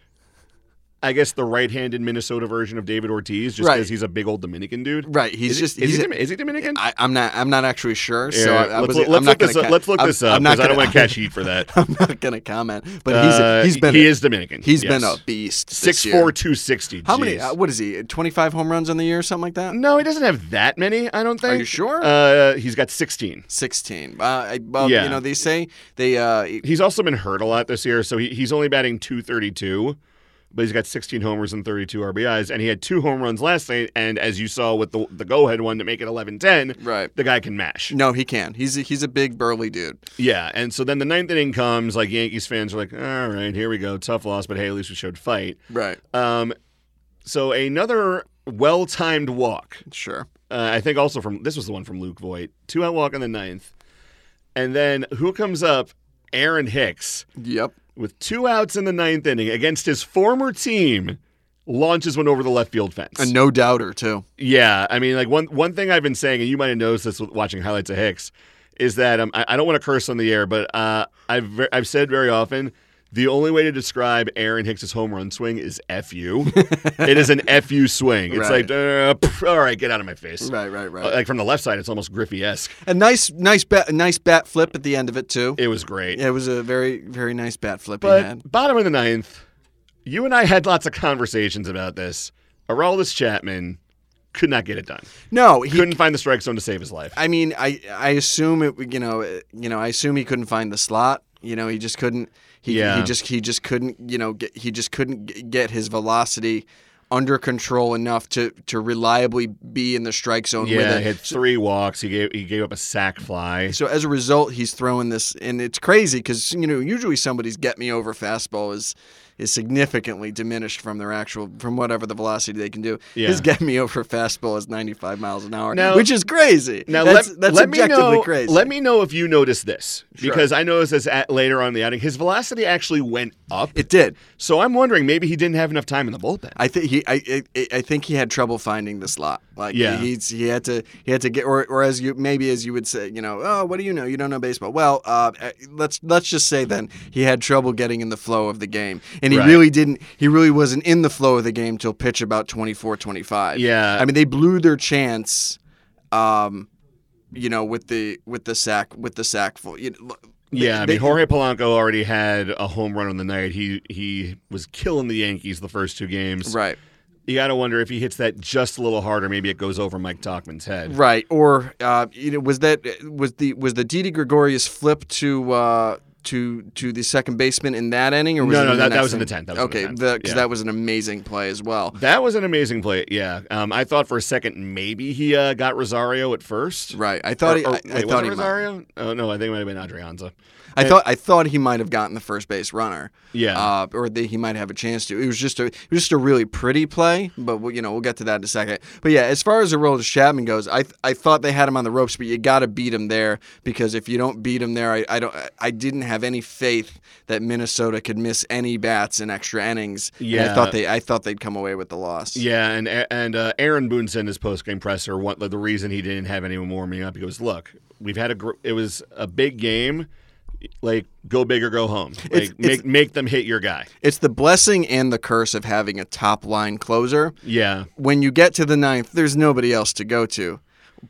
[SPEAKER 2] I guess, the right-handed Minnesota version of David Ortiz, just
[SPEAKER 3] Right.
[SPEAKER 2] because he's a big old Dominican dude.
[SPEAKER 3] Right. He's
[SPEAKER 2] Is,
[SPEAKER 3] just
[SPEAKER 2] he, is,
[SPEAKER 3] he's
[SPEAKER 2] he, Domi- is he Dominican?
[SPEAKER 3] I, I'm not I'm not actually sure. So
[SPEAKER 2] Yeah,
[SPEAKER 3] I, I
[SPEAKER 2] let's,
[SPEAKER 3] was,
[SPEAKER 2] look-
[SPEAKER 3] I'm
[SPEAKER 2] let's
[SPEAKER 3] not
[SPEAKER 2] look
[SPEAKER 3] gonna
[SPEAKER 2] this up.
[SPEAKER 3] ca-
[SPEAKER 2] Let's look
[SPEAKER 3] I'm-
[SPEAKER 2] this up
[SPEAKER 3] I'm not
[SPEAKER 2] because I
[SPEAKER 3] gonna,
[SPEAKER 2] don't want to catch heat for that.
[SPEAKER 3] I'm not gonna comment. But he's
[SPEAKER 2] Uh,
[SPEAKER 3] a, he's been
[SPEAKER 2] he
[SPEAKER 3] a,
[SPEAKER 2] is Dominican.
[SPEAKER 3] he's
[SPEAKER 2] yes.
[SPEAKER 3] been a beast.
[SPEAKER 2] six
[SPEAKER 3] Six
[SPEAKER 2] four two sixty.
[SPEAKER 3] How many uh, what is he? Twenty five home runs in the year, something like that?
[SPEAKER 2] No, he doesn't have that many. I don't think.
[SPEAKER 3] you sure?
[SPEAKER 2] Uh, he's got sixteen.
[SPEAKER 3] 16. Uh, I, well,
[SPEAKER 2] Yeah.
[SPEAKER 3] you know, they say they uh,
[SPEAKER 2] He's also been hurt a lot this year, so he, he's only batting 232, but he's got 16 homers and 32 RBIs, and he had two home runs last night. And as you saw with the the go ahead one to make it 11-10,
[SPEAKER 3] Right.
[SPEAKER 2] the guy can mash.
[SPEAKER 3] No, he can. He's a, he's a big burly dude.
[SPEAKER 2] Yeah, and so then the ninth inning comes, like Yankees fans are like, all right, here we go, tough loss, but hey, at least we showed fight.
[SPEAKER 3] Right.
[SPEAKER 2] Um, so another well timed walk.
[SPEAKER 3] Sure.
[SPEAKER 2] Uh, I think also from this was the one from Luke Voigt, two out walk in the ninth, and then who comes up? Aaron Hicks.
[SPEAKER 3] Yep.
[SPEAKER 2] with two outs in the ninth inning against his former team, launches one over the left field fence.
[SPEAKER 3] A no doubter too.
[SPEAKER 2] yeah, I mean, like one one thing I've been saying, and you might have noticed this with watching highlights of Hicks, is that um, I, I don't want to curse on the air, but uh, I've ve- I've said very often. The only way to describe Aaron Hicks's home run swing is "fu." it is an "fu" swing. It's
[SPEAKER 3] Right.
[SPEAKER 2] like, uh, pff, all right, get out of my face.
[SPEAKER 3] Right. Right.
[SPEAKER 2] Uh, Like from the left side, it's almost Griffey esque.
[SPEAKER 3] A nice nice bat nice bat flip at the end of it too.
[SPEAKER 2] It was great.
[SPEAKER 3] Yeah, It was a very very nice bat flip he had.
[SPEAKER 2] But bottom of the ninth, you and I had lots of conversations about this. Aroldis Chapman could not get it done.
[SPEAKER 3] No, he.
[SPEAKER 2] Couldn't find the strike zone to save his life.
[SPEAKER 3] I mean, I I assume it. You know, uh, you know, I assume he couldn't find the slot. You know, he just couldn't. He,
[SPEAKER 2] Yeah.
[SPEAKER 3] he just he just couldn't. You know, get, he just couldn't g- get his velocity under control enough to to reliably be in the strike zone with
[SPEAKER 2] Yeah,
[SPEAKER 3] it.
[SPEAKER 2] he had three walks. He gave he gave up a sack fly.
[SPEAKER 3] So as a result, he's throwing this, and it's crazy because you know usually somebody's get me over fastball is is significantly diminished from their actual from whatever the velocity they can do. His
[SPEAKER 2] Yeah.
[SPEAKER 3] get me over fastball is 95 miles an hour,
[SPEAKER 2] Now-
[SPEAKER 3] which is crazy.
[SPEAKER 2] Now
[SPEAKER 3] that's,
[SPEAKER 2] let,
[SPEAKER 3] that's
[SPEAKER 2] let
[SPEAKER 3] objectively
[SPEAKER 2] me know,
[SPEAKER 3] crazy.
[SPEAKER 2] Let me know if you notice this
[SPEAKER 3] Sure.
[SPEAKER 2] because I noticed this at, later on in the outing. His velocity actually went up,
[SPEAKER 3] it did.
[SPEAKER 2] so I'm wondering maybe he didn't have enough time in the bullpen.
[SPEAKER 3] I think he, I, I, I think he had trouble finding the slot. Like
[SPEAKER 2] Yeah.
[SPEAKER 3] he's he had to he had to get or, or as you maybe as you would say, you know, oh, what do you know? You don't know baseball. Well, uh, eh, let's let's just say then he had trouble getting in the flow of the game, and he
[SPEAKER 2] Right.
[SPEAKER 3] really didn't. He really wasn't in the flow of the game till pitch about 24, 25.
[SPEAKER 2] Yeah.
[SPEAKER 3] I mean they blew their chance. Um, you know, with the with the sack with the sack full. You know,
[SPEAKER 2] yeah, I
[SPEAKER 3] they-
[SPEAKER 2] mean Jorge Polanco already had a home run on the night. He he was killing the Yankees the first two games.
[SPEAKER 3] right.
[SPEAKER 2] You got to wonder if he hits that just a little harder, maybe it goes over Mike Talkman's head.
[SPEAKER 3] Right. Or uh, you know, was that was the was the Didi Gregorius flip to uh, to to the second baseman in that inning? Or was
[SPEAKER 2] No,
[SPEAKER 3] it
[SPEAKER 2] no,
[SPEAKER 3] in the
[SPEAKER 2] that- that
[SPEAKER 3] next
[SPEAKER 2] was in the 10th,
[SPEAKER 3] inning?
[SPEAKER 2] that was in the
[SPEAKER 3] okay,
[SPEAKER 2] 10th,
[SPEAKER 3] because
[SPEAKER 2] yeah.
[SPEAKER 3] that was an amazing play as well.
[SPEAKER 2] That was an amazing play. Yeah, um, I thought for a second maybe he uh, got Rosario at first.
[SPEAKER 3] Right. I thought he,
[SPEAKER 2] Or- or-
[SPEAKER 3] I, I
[SPEAKER 2] wait, was it
[SPEAKER 3] thought he might,
[SPEAKER 2] Rosario? Oh no, I think it might have been Adrianza.
[SPEAKER 3] I thought I thought he might have gotten the first base runner.
[SPEAKER 2] Eh. Yeah.
[SPEAKER 3] Uh, or that he might have a chance to. It was just a it was just a really pretty play, but we'll, you know we'll get to that in a second. But yeah, as far as the role of Chapman goes, I I thought they had him on the ropes, but you got to beat him there because if you don't beat him there, I, I don't I didn't have any faith that Minnesota could miss any bats in extra innings. and I
[SPEAKER 2] Yeah.
[SPEAKER 3] thought they I thought they'd come away with the loss.
[SPEAKER 2] Yeah, and and uh, Aaron Boone said in his post game presser what the reason he didn't have anyone warming up. He goes, "Look, we've had a gr- it was a big game, like go big or go home. Like
[SPEAKER 3] It's-
[SPEAKER 2] make
[SPEAKER 3] it's-
[SPEAKER 2] make them hit your guy."
[SPEAKER 3] It's the blessing and the curse of having a top line closer.
[SPEAKER 2] Yeah,
[SPEAKER 3] when you get to the ninth, there's nobody else to go to.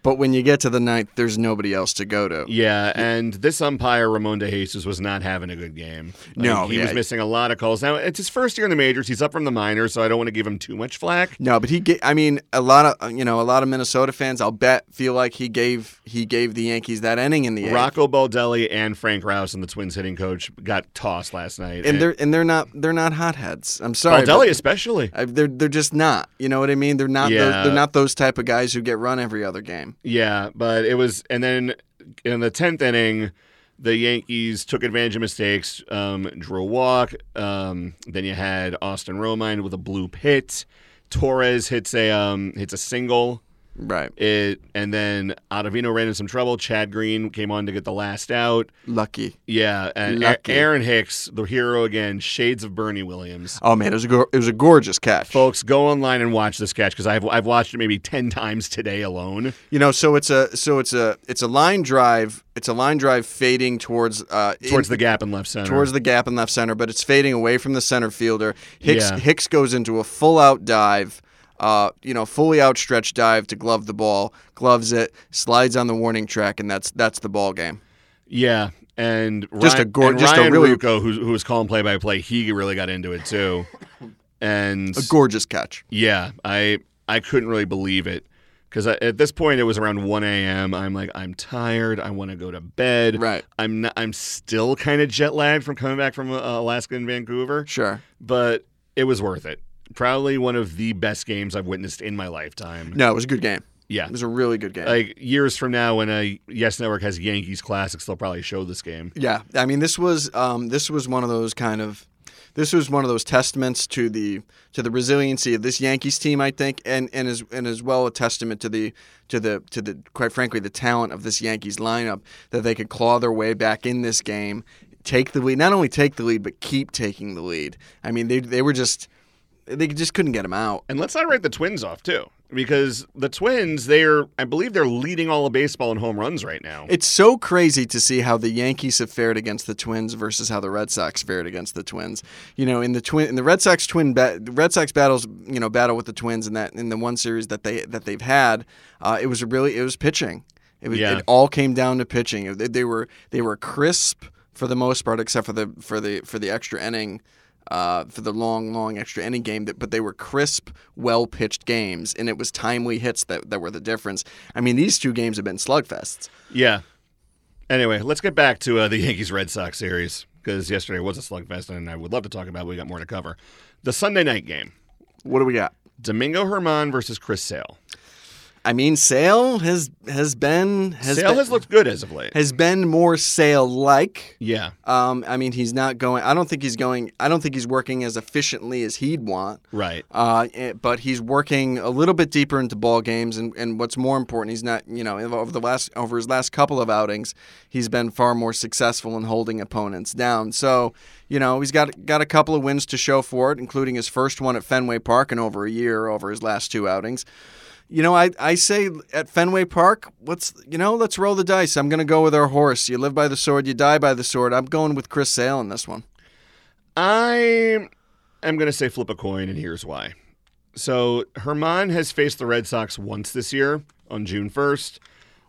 [SPEAKER 3] But when you get to the ninth, there's nobody else to go to.
[SPEAKER 2] yeah, and this umpire Ramon De Jesus was not having a good game. Like,
[SPEAKER 3] No,
[SPEAKER 2] he
[SPEAKER 3] yeah.
[SPEAKER 2] was missing a lot of calls. Now it's his first year in the majors. He's up from the minors, so I don't want to give him too much flack.
[SPEAKER 3] No, but he. Ga- I mean, a lot of uh, you know, a lot of Minnesota fans, I'll bet, feel like he gave he gave the Yankees that inning in the eighth.
[SPEAKER 2] Rocco Baldelli and Frank Rouse and the Twins hitting coach got tossed last night.
[SPEAKER 3] and they're and they're not they're not hotheads. I'm sorry,
[SPEAKER 2] Baldelli
[SPEAKER 3] but
[SPEAKER 2] especially.
[SPEAKER 3] I- they're they're just not. You know what I mean? They're not those,
[SPEAKER 2] Yeah.
[SPEAKER 3] they're not those type of guys who get run every other game.
[SPEAKER 2] Yeah, but it was, and then in the tenth inning, the Yankees took advantage of mistakes, um, drew a walk. Um, then you had Austin Romine with a blue hit. Torres hits a um, hits a single.
[SPEAKER 3] Right.
[SPEAKER 2] It and then Ottavino ran into some trouble. Chad Green came on to get the last out.
[SPEAKER 3] Lucky.
[SPEAKER 2] Yeah, and A-
[SPEAKER 3] Lucky.
[SPEAKER 2] Aaron Hicks, the hero again, shades of Bernie Williams.
[SPEAKER 3] Oh man, it was a go- it was a gorgeous catch.
[SPEAKER 2] Folks, go online and watch this catch because I've I've watched it maybe ten times today alone.
[SPEAKER 3] You know, so it's a so it's a it's a line drive. It's a line drive fading towards uh,
[SPEAKER 2] Towards the gap in left center.
[SPEAKER 3] towards the gap in left center, but it's fading away from the center fielder. Hicks
[SPEAKER 2] Yeah.
[SPEAKER 3] Hicks goes into a full out dive, uh, you know, fully outstretched dive to glove the ball, gloves it, slides on the warning track, and that's that's the ball game.
[SPEAKER 2] Yeah, and
[SPEAKER 3] Just a
[SPEAKER 2] Ryan,
[SPEAKER 3] gor-
[SPEAKER 2] and
[SPEAKER 3] just a
[SPEAKER 2] Ryan
[SPEAKER 3] really-
[SPEAKER 2] Rucco, who, who was calling play by play, he really got into it too. And
[SPEAKER 3] A gorgeous catch.
[SPEAKER 2] yeah, I I couldn't really believe it because at this point it was around one a.m. I'm like, I'm tired. I want to go to bed.
[SPEAKER 3] Right.
[SPEAKER 2] I'm not, I'm still kind of jet lagged from coming back from uh, Alaska and Vancouver,
[SPEAKER 3] Sure.
[SPEAKER 2] but it was worth it. Probably one of the best games I've witnessed in my lifetime.
[SPEAKER 3] No, it was a good game.
[SPEAKER 2] Yeah.
[SPEAKER 3] It was a really good game.
[SPEAKER 2] Like years from now, when a Yes Network has Yankees classics, they'll probably show this game.
[SPEAKER 3] Yeah, I mean, this was um, this was one of those kind of this was one of those testaments to the to the resiliency of this Yankees team, I think, and and as and as well a testament to the to the to the quite frankly the talent of this Yankees lineup that they could claw their way back in this game, take the lead, not only take the lead but keep taking the lead. I mean, they they were just they just couldn't get them out.
[SPEAKER 2] And let's not write the Twins off too, because the Twins they're I believe they're leading all of baseball in home runs right now.
[SPEAKER 3] It's so crazy to see how the Yankees have fared against the Twins versus how the Red Sox fared against the Twins. You know, in the twin, in the Red Sox twin, ba- the Red Sox battles, you know, battle with the Twins in that in the one series that they that they've had, uh, it was really it was pitching. It was
[SPEAKER 2] Yeah.
[SPEAKER 3] it all came down to pitching. They, they were they were crisp for the most part, except for the for the for the extra inning. Uh, for the long, long extra inning game, that, but they were crisp, well pitched games, and it was timely hits that, that were the difference. I mean, these two games have been slugfests.
[SPEAKER 2] yeah. Anyway, let's get back to uh, the Yankees Red Sox series because yesterday was a slugfest, and I would love to talk about. it, but We got more to cover. The Sunday night game.
[SPEAKER 3] What do we got?
[SPEAKER 2] Domingo Herman versus Chris Sale.
[SPEAKER 3] I mean, Sale has has been has
[SPEAKER 2] Sale
[SPEAKER 3] been,
[SPEAKER 2] has looked good as of late.
[SPEAKER 3] has been more Sale like.
[SPEAKER 2] yeah,
[SPEAKER 3] Um, I mean, he's not going. I don't think he's going. I don't think he's working as efficiently as he'd want.
[SPEAKER 2] right.
[SPEAKER 3] Uh, eh, but he's working a little bit deeper into ball games, and, and what's more important, he's not. You know, over the last over his last couple of outings, he's been far more successful in holding opponents down. So, you know, he's got got a couple of wins to show for it, including his first one at Fenway Park in over a year over his last two outings. You know, I, I say at Fenway Park, let's you know, let's roll the dice. I'm going to go with our horse. You live by the sword, you die by the sword. I'm going with Chris Sale in this one.
[SPEAKER 2] I am going to say flip a coin, and here's why. So Herman has faced the Red Sox once this year on June 1st.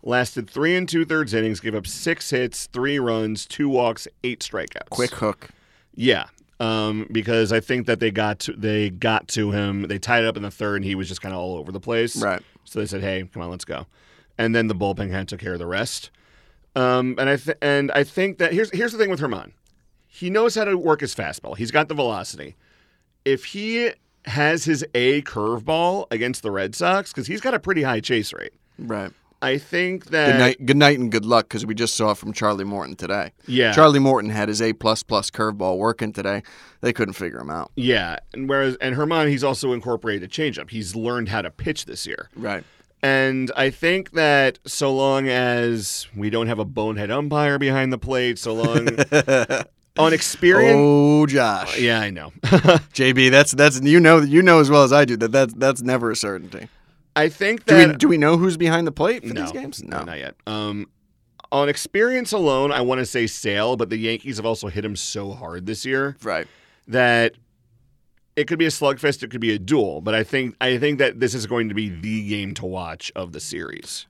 [SPEAKER 2] Lasted three and two thirds innings, gave up six hits, three runs, two walks, eight strikeouts.
[SPEAKER 3] Quick hook.
[SPEAKER 2] Yeah, um, because I think that they got to, they got to him. They tied it up in the third, and he was just kind of all over the place.
[SPEAKER 3] Right.
[SPEAKER 2] So they said, "Hey, come on, let's go," and then the bullpen kind of took care of the rest. Um, and I th- and I think that here's here's the thing with Herman. He knows how to work his fastball. He's got the velocity. If he has his A curveball against the Red Sox, because he's got a pretty high chase rate,
[SPEAKER 3] Right.
[SPEAKER 2] I think that
[SPEAKER 3] Good night, good night, and good luck, because we just saw from Charlie Morton today.
[SPEAKER 2] yeah,
[SPEAKER 3] Charlie Morton had his A plus plus curveball working today. They couldn't figure him out.
[SPEAKER 2] yeah. And whereas and Herman, he's also incorporated a changeup. He's learned how to pitch this year.
[SPEAKER 3] Right.
[SPEAKER 2] And I think that so long as we don't have a bonehead umpire behind the plate, so long on experience.
[SPEAKER 3] Oh, Josh.
[SPEAKER 2] Yeah, I know.
[SPEAKER 3] JB, that's that's you know you know as well as I do that that's that's never a certainty.
[SPEAKER 2] I think
[SPEAKER 3] Do
[SPEAKER 2] that
[SPEAKER 3] we do we know who's behind the plate for
[SPEAKER 2] no,
[SPEAKER 3] these games?
[SPEAKER 2] no, not yet. Um, on experience alone, I want to say Sale, but the Yankees have also hit him so hard this year
[SPEAKER 3] Right.
[SPEAKER 2] that it could be a slugfest, it could be a duel. But I think I think that this is going to be the game to watch of the series.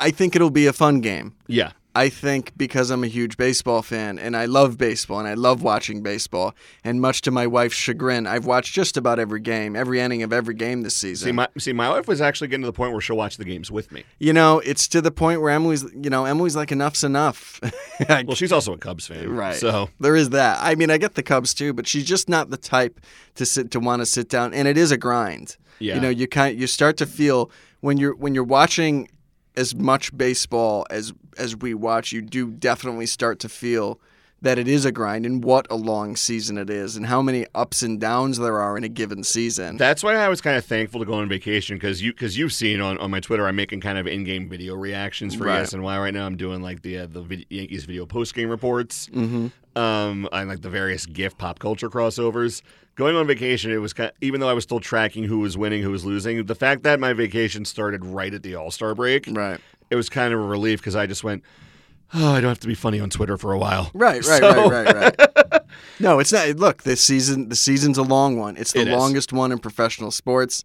[SPEAKER 3] I think it'll be a fun game.
[SPEAKER 2] Yeah,
[SPEAKER 3] I think because I'm a huge baseball fan and I love baseball and I love watching baseball. And much to my wife's chagrin, I've watched just about every game, every inning of every game this season.
[SPEAKER 2] see, my see, my wife was actually getting to the point where she'll watch the games with me.
[SPEAKER 3] you know, it's to the point where Emily's, you know, Emily's like, enough's enough. I
[SPEAKER 2] Well, she's also a Cubs fan,
[SPEAKER 3] Right.
[SPEAKER 2] So
[SPEAKER 3] There is that. I mean, I get the Cubs too, but she's just not the type to sit to want to sit down, and it is a grind.
[SPEAKER 2] Yeah.
[SPEAKER 3] You know, you kind you start to feel when you're when you're watching as much baseball as as we watch, you do definitely start to feel that it is a grind and what a long season it is and how many ups and downs there are in a given season.
[SPEAKER 2] That's why I was kind of thankful to go on vacation because you because you've seen on, on my Twitter I'm making kind of in game video reactions for
[SPEAKER 3] Right.
[SPEAKER 2] ESNY right now. I'm doing like the uh, the vid- Yankees video post game reports,
[SPEAKER 3] mm-hmm.
[SPEAKER 2] um, and like the various GIF pop culture crossovers. Going on vacation, it was kind even though I was still tracking who was winning, who was losing. The fact that my vacation started right at the All Star break,
[SPEAKER 3] Right.
[SPEAKER 2] it was kind of a relief because I just went, oh, I don't have to be funny on Twitter for a while.
[SPEAKER 3] Right, right,
[SPEAKER 2] So-
[SPEAKER 3] right, right, right. no, it's not. Look, this season, the season's a long one. It's the
[SPEAKER 2] It is.
[SPEAKER 3] longest one in professional sports,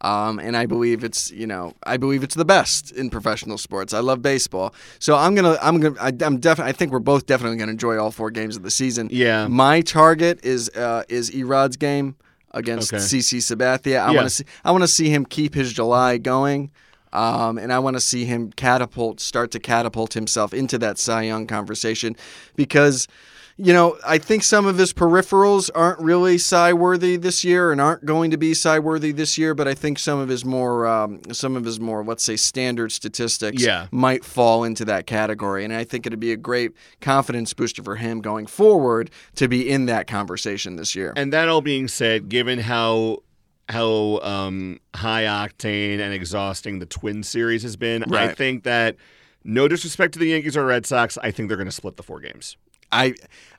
[SPEAKER 3] um, and I believe it's you know I believe it's the best in professional sports. I love baseball, so I'm gonna I'm gonna I, I'm definitely I think we're both definitely gonna enjoy all four games of the season.
[SPEAKER 2] Yeah.
[SPEAKER 3] My target is uh, is Erod's game against
[SPEAKER 2] Okay.
[SPEAKER 3] CC Sabathia.
[SPEAKER 2] Yeah.
[SPEAKER 3] I want to see I want to see him keep his July going. Um, and I want to see him catapult, start to catapult himself into that Cy Young conversation, because, you know, I think some of his peripherals aren't really Cy worthy this year and aren't going to be Cy worthy this year. But I think some of his more, um, some of his more, let's say, standard statistics
[SPEAKER 2] Yeah.
[SPEAKER 3] might fall into that category. And I think it'd be a great confidence booster for him going forward to be in that conversation this year.
[SPEAKER 2] And that all being said, given how how um, high octane and exhausting the Twin series has been, I
[SPEAKER 3] Right.
[SPEAKER 2] think that no disrespect to the Yankees or Red Sox, I think they're going to split the four games.
[SPEAKER 3] I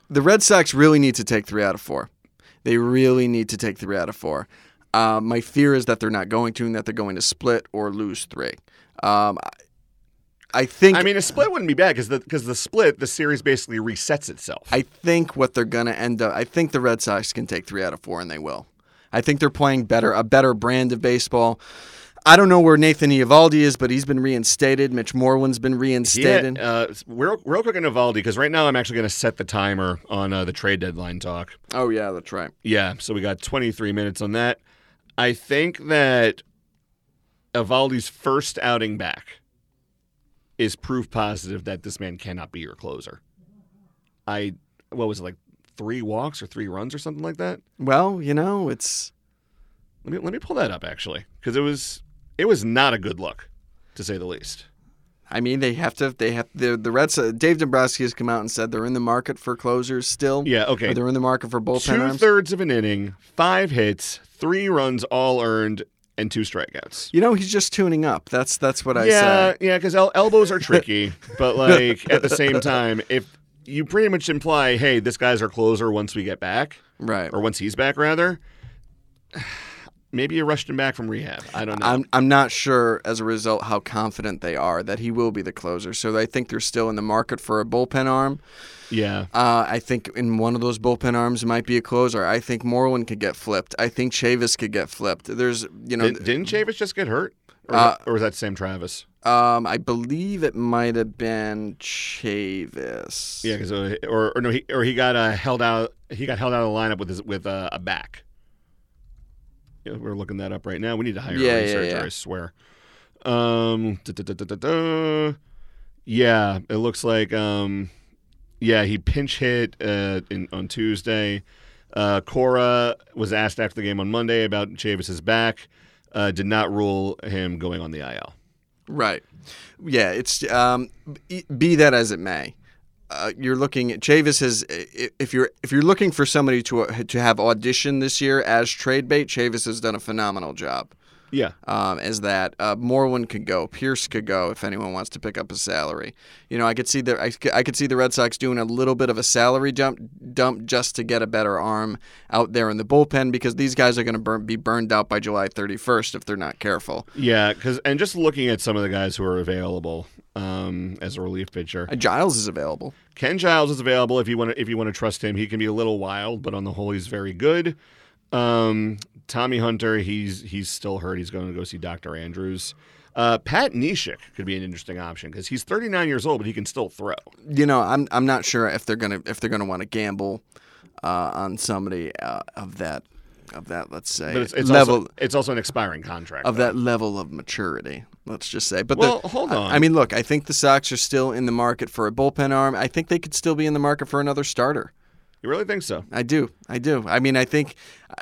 [SPEAKER 3] the Red Sox really need to take three out of four. They really need to take three out of four. Uh, my fear is that they're not going to, and that they're going to split or lose three. Um, I, I think.
[SPEAKER 2] I mean, a split wouldn't be bad because the because the split, the series basically resets itself.
[SPEAKER 3] I think what they're going to end up. I think the Red Sox can take three out of four, and they will. I think they're playing better, a better brand of baseball. I don't know where Nathan Eovaldi is, but he's been reinstated. Mitch Moreland's been
[SPEAKER 2] yeah,
[SPEAKER 3] reinstated.
[SPEAKER 2] uh, real, real quick on Navaldi because right now I'm actually going to set the timer on uh, the trade deadline talk.
[SPEAKER 3] Oh yeah, that's right.
[SPEAKER 2] Yeah, so we got 23 minutes on that. I think that Evaldi's first outing back is proof positive that this man cannot be your closer. I what was it like three walks or three runs or something like that?
[SPEAKER 3] Well, you know, it's
[SPEAKER 2] Let me let me pull that up actually, because it was it was not a good look, to say the least.
[SPEAKER 3] I mean, they have to. They have the the Reds. Uh, Dave Dombrowski has come out and said they're in the market for closers still.
[SPEAKER 2] Yeah, okay.
[SPEAKER 3] Or they're in the market for bullpen
[SPEAKER 2] Two
[SPEAKER 3] arms.
[SPEAKER 2] thirds of an inning, five hits, three runs all earned, and two strikeouts.
[SPEAKER 3] you know, he's just tuning up. That's that's what I
[SPEAKER 2] yeah,
[SPEAKER 3] say.
[SPEAKER 2] yeah, because el- elbows are tricky, but like at the same time, if you pretty much imply, hey, this guy's our closer once we get back,
[SPEAKER 3] Right.
[SPEAKER 2] or once he's back rather. Maybe you rushed him back from rehab. I don't know.
[SPEAKER 3] I'm I'm not sure as a result how confident they are that he will be the closer. So I think they're still in the market for a bullpen arm.
[SPEAKER 2] yeah,
[SPEAKER 3] Uh, I think in one of those bullpen arms might be a closer. I think Moreland could get flipped. I think Chavis could get flipped. There's you know
[SPEAKER 2] Did, didn't Chavis just get hurt, or,
[SPEAKER 3] Uh,
[SPEAKER 2] or was that Sam Travis?
[SPEAKER 3] um I believe it might have been Chavis.
[SPEAKER 2] Yeah, because or, or no, he or he got uh, held out. He got held out of the lineup with his with uh, a back. Yeah, we're looking that up right now. We need to hire
[SPEAKER 3] Yeah,
[SPEAKER 2] a
[SPEAKER 3] yeah,
[SPEAKER 2] researcher.
[SPEAKER 3] yeah.
[SPEAKER 2] I swear. Um, da, da, da, da, da, da. yeah, it looks like um, yeah, he pinch hit uh in, on Tuesday. Uh, Cora was asked after the game on Monday about Chavis's back. Uh, did not rule him going on the IL.
[SPEAKER 3] Right. Yeah, it's um, be- be that as it may. Uh, you're looking at Chavis has i- if you're if you're looking for somebody to uh, to have audition this year as trade bait, Chavis has done a phenomenal job.
[SPEAKER 2] Yeah,
[SPEAKER 3] Um, as that uh, Moreland could go, Pierce could go if anyone wants to pick up a salary. You know, I could see the I, c- I could see the Red Sox doing a little bit of a salary dump dump just to get a better arm out there in the bullpen because these guys are going to burn, be burned out by July 31st if they're not careful.
[SPEAKER 2] Yeah, because and just looking at some of the guys who are available um, as a relief pitcher,
[SPEAKER 3] Uh, Giles is available.
[SPEAKER 2] Ken Giles is available if you want to if you want to trust him. He can be a little wild, but on the whole, he's very good. Um, Tommy Hunter, he's he's still hurt. He's going to go see Doctor Andrews. Uh, Pat Neshek could be an interesting option because he's 39 years old, but he can still throw.
[SPEAKER 3] you know, I'm I'm not sure if they're gonna if they're gonna want to gamble uh, on somebody uh, of that of that let's say
[SPEAKER 2] But it's, it's
[SPEAKER 3] Eh, level
[SPEAKER 2] also it's also an expiring contract.
[SPEAKER 3] of
[SPEAKER 2] though.
[SPEAKER 3] that level of maturity. Let's just say. But
[SPEAKER 2] Well,
[SPEAKER 3] the,
[SPEAKER 2] hold
[SPEAKER 3] I-
[SPEAKER 2] on.
[SPEAKER 3] I, mean, look, I think the Sox are still in the market for a bullpen arm. I think they could still be in the market for another starter.
[SPEAKER 2] you really think so?
[SPEAKER 3] I do. I do. I mean, I think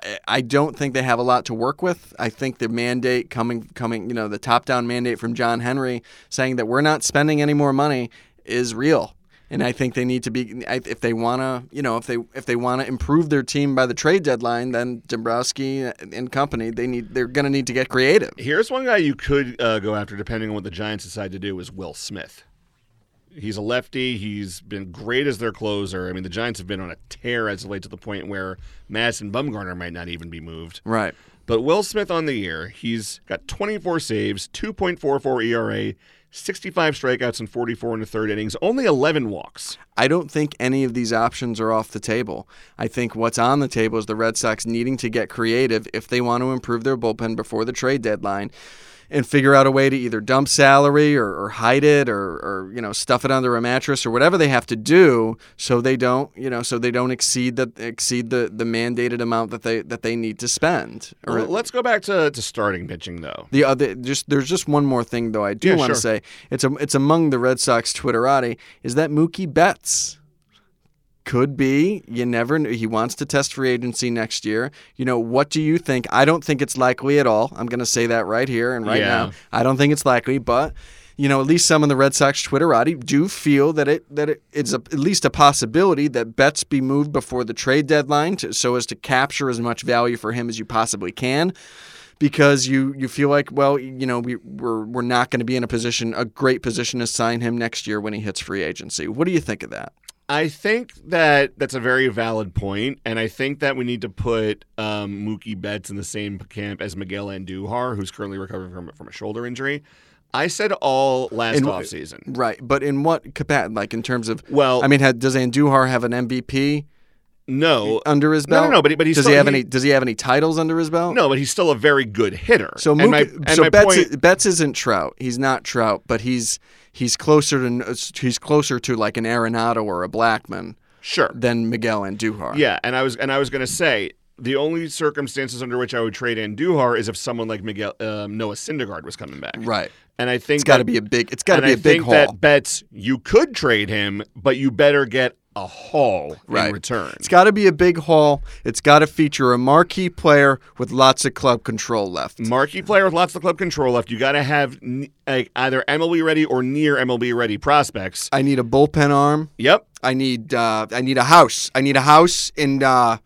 [SPEAKER 3] I, I don't think they have a lot to work with. I think the mandate coming coming, you know, the top-down mandate from John Henry saying that we're not spending any more money is real. And I think they need to be I- if they want to, you know, if they if they want to improve their team by the trade deadline, then Dombrowski and company, they need they're going to need to get creative.
[SPEAKER 2] Here's one guy you could uh, go after, depending on what the Giants decide to do, is Will Smith. He's a lefty. He's been great as their closer. I mean, the Giants have been on a tear as of late to the point where Madison Bumgarner might not even be moved.
[SPEAKER 3] Right.
[SPEAKER 2] But Will Smith on the year, he's got 24 saves, 2.44 ERA, 65 strikeouts, and 44 in the third innings. Only 11 walks.
[SPEAKER 3] I don't think any of these options are off the table. I think what's on the table is the Red Sox needing to get creative if they want to improve their bullpen before the trade deadline and figure out a way to either dump salary or, or hide it or, or you know stuff it under a mattress or whatever they have to do so they don't you know so they don't exceed the exceed the, the mandated amount that they that they need to spend or
[SPEAKER 2] Well, let's go back to, to starting pitching, though.
[SPEAKER 3] the other, just there's just one more thing though. I do
[SPEAKER 2] Yeah,
[SPEAKER 3] want to
[SPEAKER 2] sure.
[SPEAKER 3] say it's a, it's among the Red Sox Twitterati is that Mookie Betts could be. You never kn- he wants to test free agency next year. You know what do you think? I don't think it's likely at all. I'm going to say that right here and right
[SPEAKER 2] Yeah.
[SPEAKER 3] now. I don't think it's likely, but. You know, at least some of the Red Sox Twitterati do feel that it that it, it's a, at least a possibility that Betts be moved before the trade deadline, to, so as to capture as much value for him as you possibly can because you you feel like well you know we we're, we're not going to be in a position a great position to sign him next year when he hits free agency. What do you think of that?
[SPEAKER 2] I think that that's a very valid point, and I think that we need to put um, Mookie Betts in the same camp as Miguel Andujar, who's currently recovering from from a shoulder injury. I said all last
[SPEAKER 3] In-
[SPEAKER 2] offseason.
[SPEAKER 3] Right, but in what capacity? Like in terms of
[SPEAKER 2] Well,
[SPEAKER 3] I mean, had, does Andujar have an MVP
[SPEAKER 2] no,
[SPEAKER 3] under his
[SPEAKER 2] no,
[SPEAKER 3] belt?
[SPEAKER 2] no, no, but he- but he's
[SPEAKER 3] does
[SPEAKER 2] still-
[SPEAKER 3] he have
[SPEAKER 2] he-
[SPEAKER 3] any does he have any titles under his belt?
[SPEAKER 2] no, but he's still a very good hitter.
[SPEAKER 3] oh. So
[SPEAKER 2] And
[SPEAKER 3] Mookie,
[SPEAKER 2] my- and
[SPEAKER 3] so
[SPEAKER 2] my
[SPEAKER 3] Betts,
[SPEAKER 2] point-
[SPEAKER 3] Betts isn't Trout. He's not Trout, but he's he's closer to he's closer to like an Arenado or a Blackman
[SPEAKER 2] sure,
[SPEAKER 3] than Miguel Andujar.
[SPEAKER 2] yeah, and I was and I was going to say the only circumstances under which I would trade Andujar is if someone like Miguel um, Noah Syndergaard was coming back,
[SPEAKER 3] right.
[SPEAKER 2] And I think
[SPEAKER 3] It's got to
[SPEAKER 2] that-
[SPEAKER 3] be a big. It's got to
[SPEAKER 2] and
[SPEAKER 3] be a
[SPEAKER 2] I
[SPEAKER 3] big
[SPEAKER 2] think
[SPEAKER 3] haul.
[SPEAKER 2] that bets you could trade him, but you better get a haul
[SPEAKER 3] Right.
[SPEAKER 2] in return.
[SPEAKER 3] It's got to be a big haul. It's got to feature a marquee player with lots of club control left.
[SPEAKER 2] Marquee player with lots of club control left. You got to have n- like either MLB ready or near MLB ready prospects.
[SPEAKER 3] I need a bullpen arm.
[SPEAKER 2] Yep.
[SPEAKER 3] I need uh, I need a house. I need a house in uh, uh,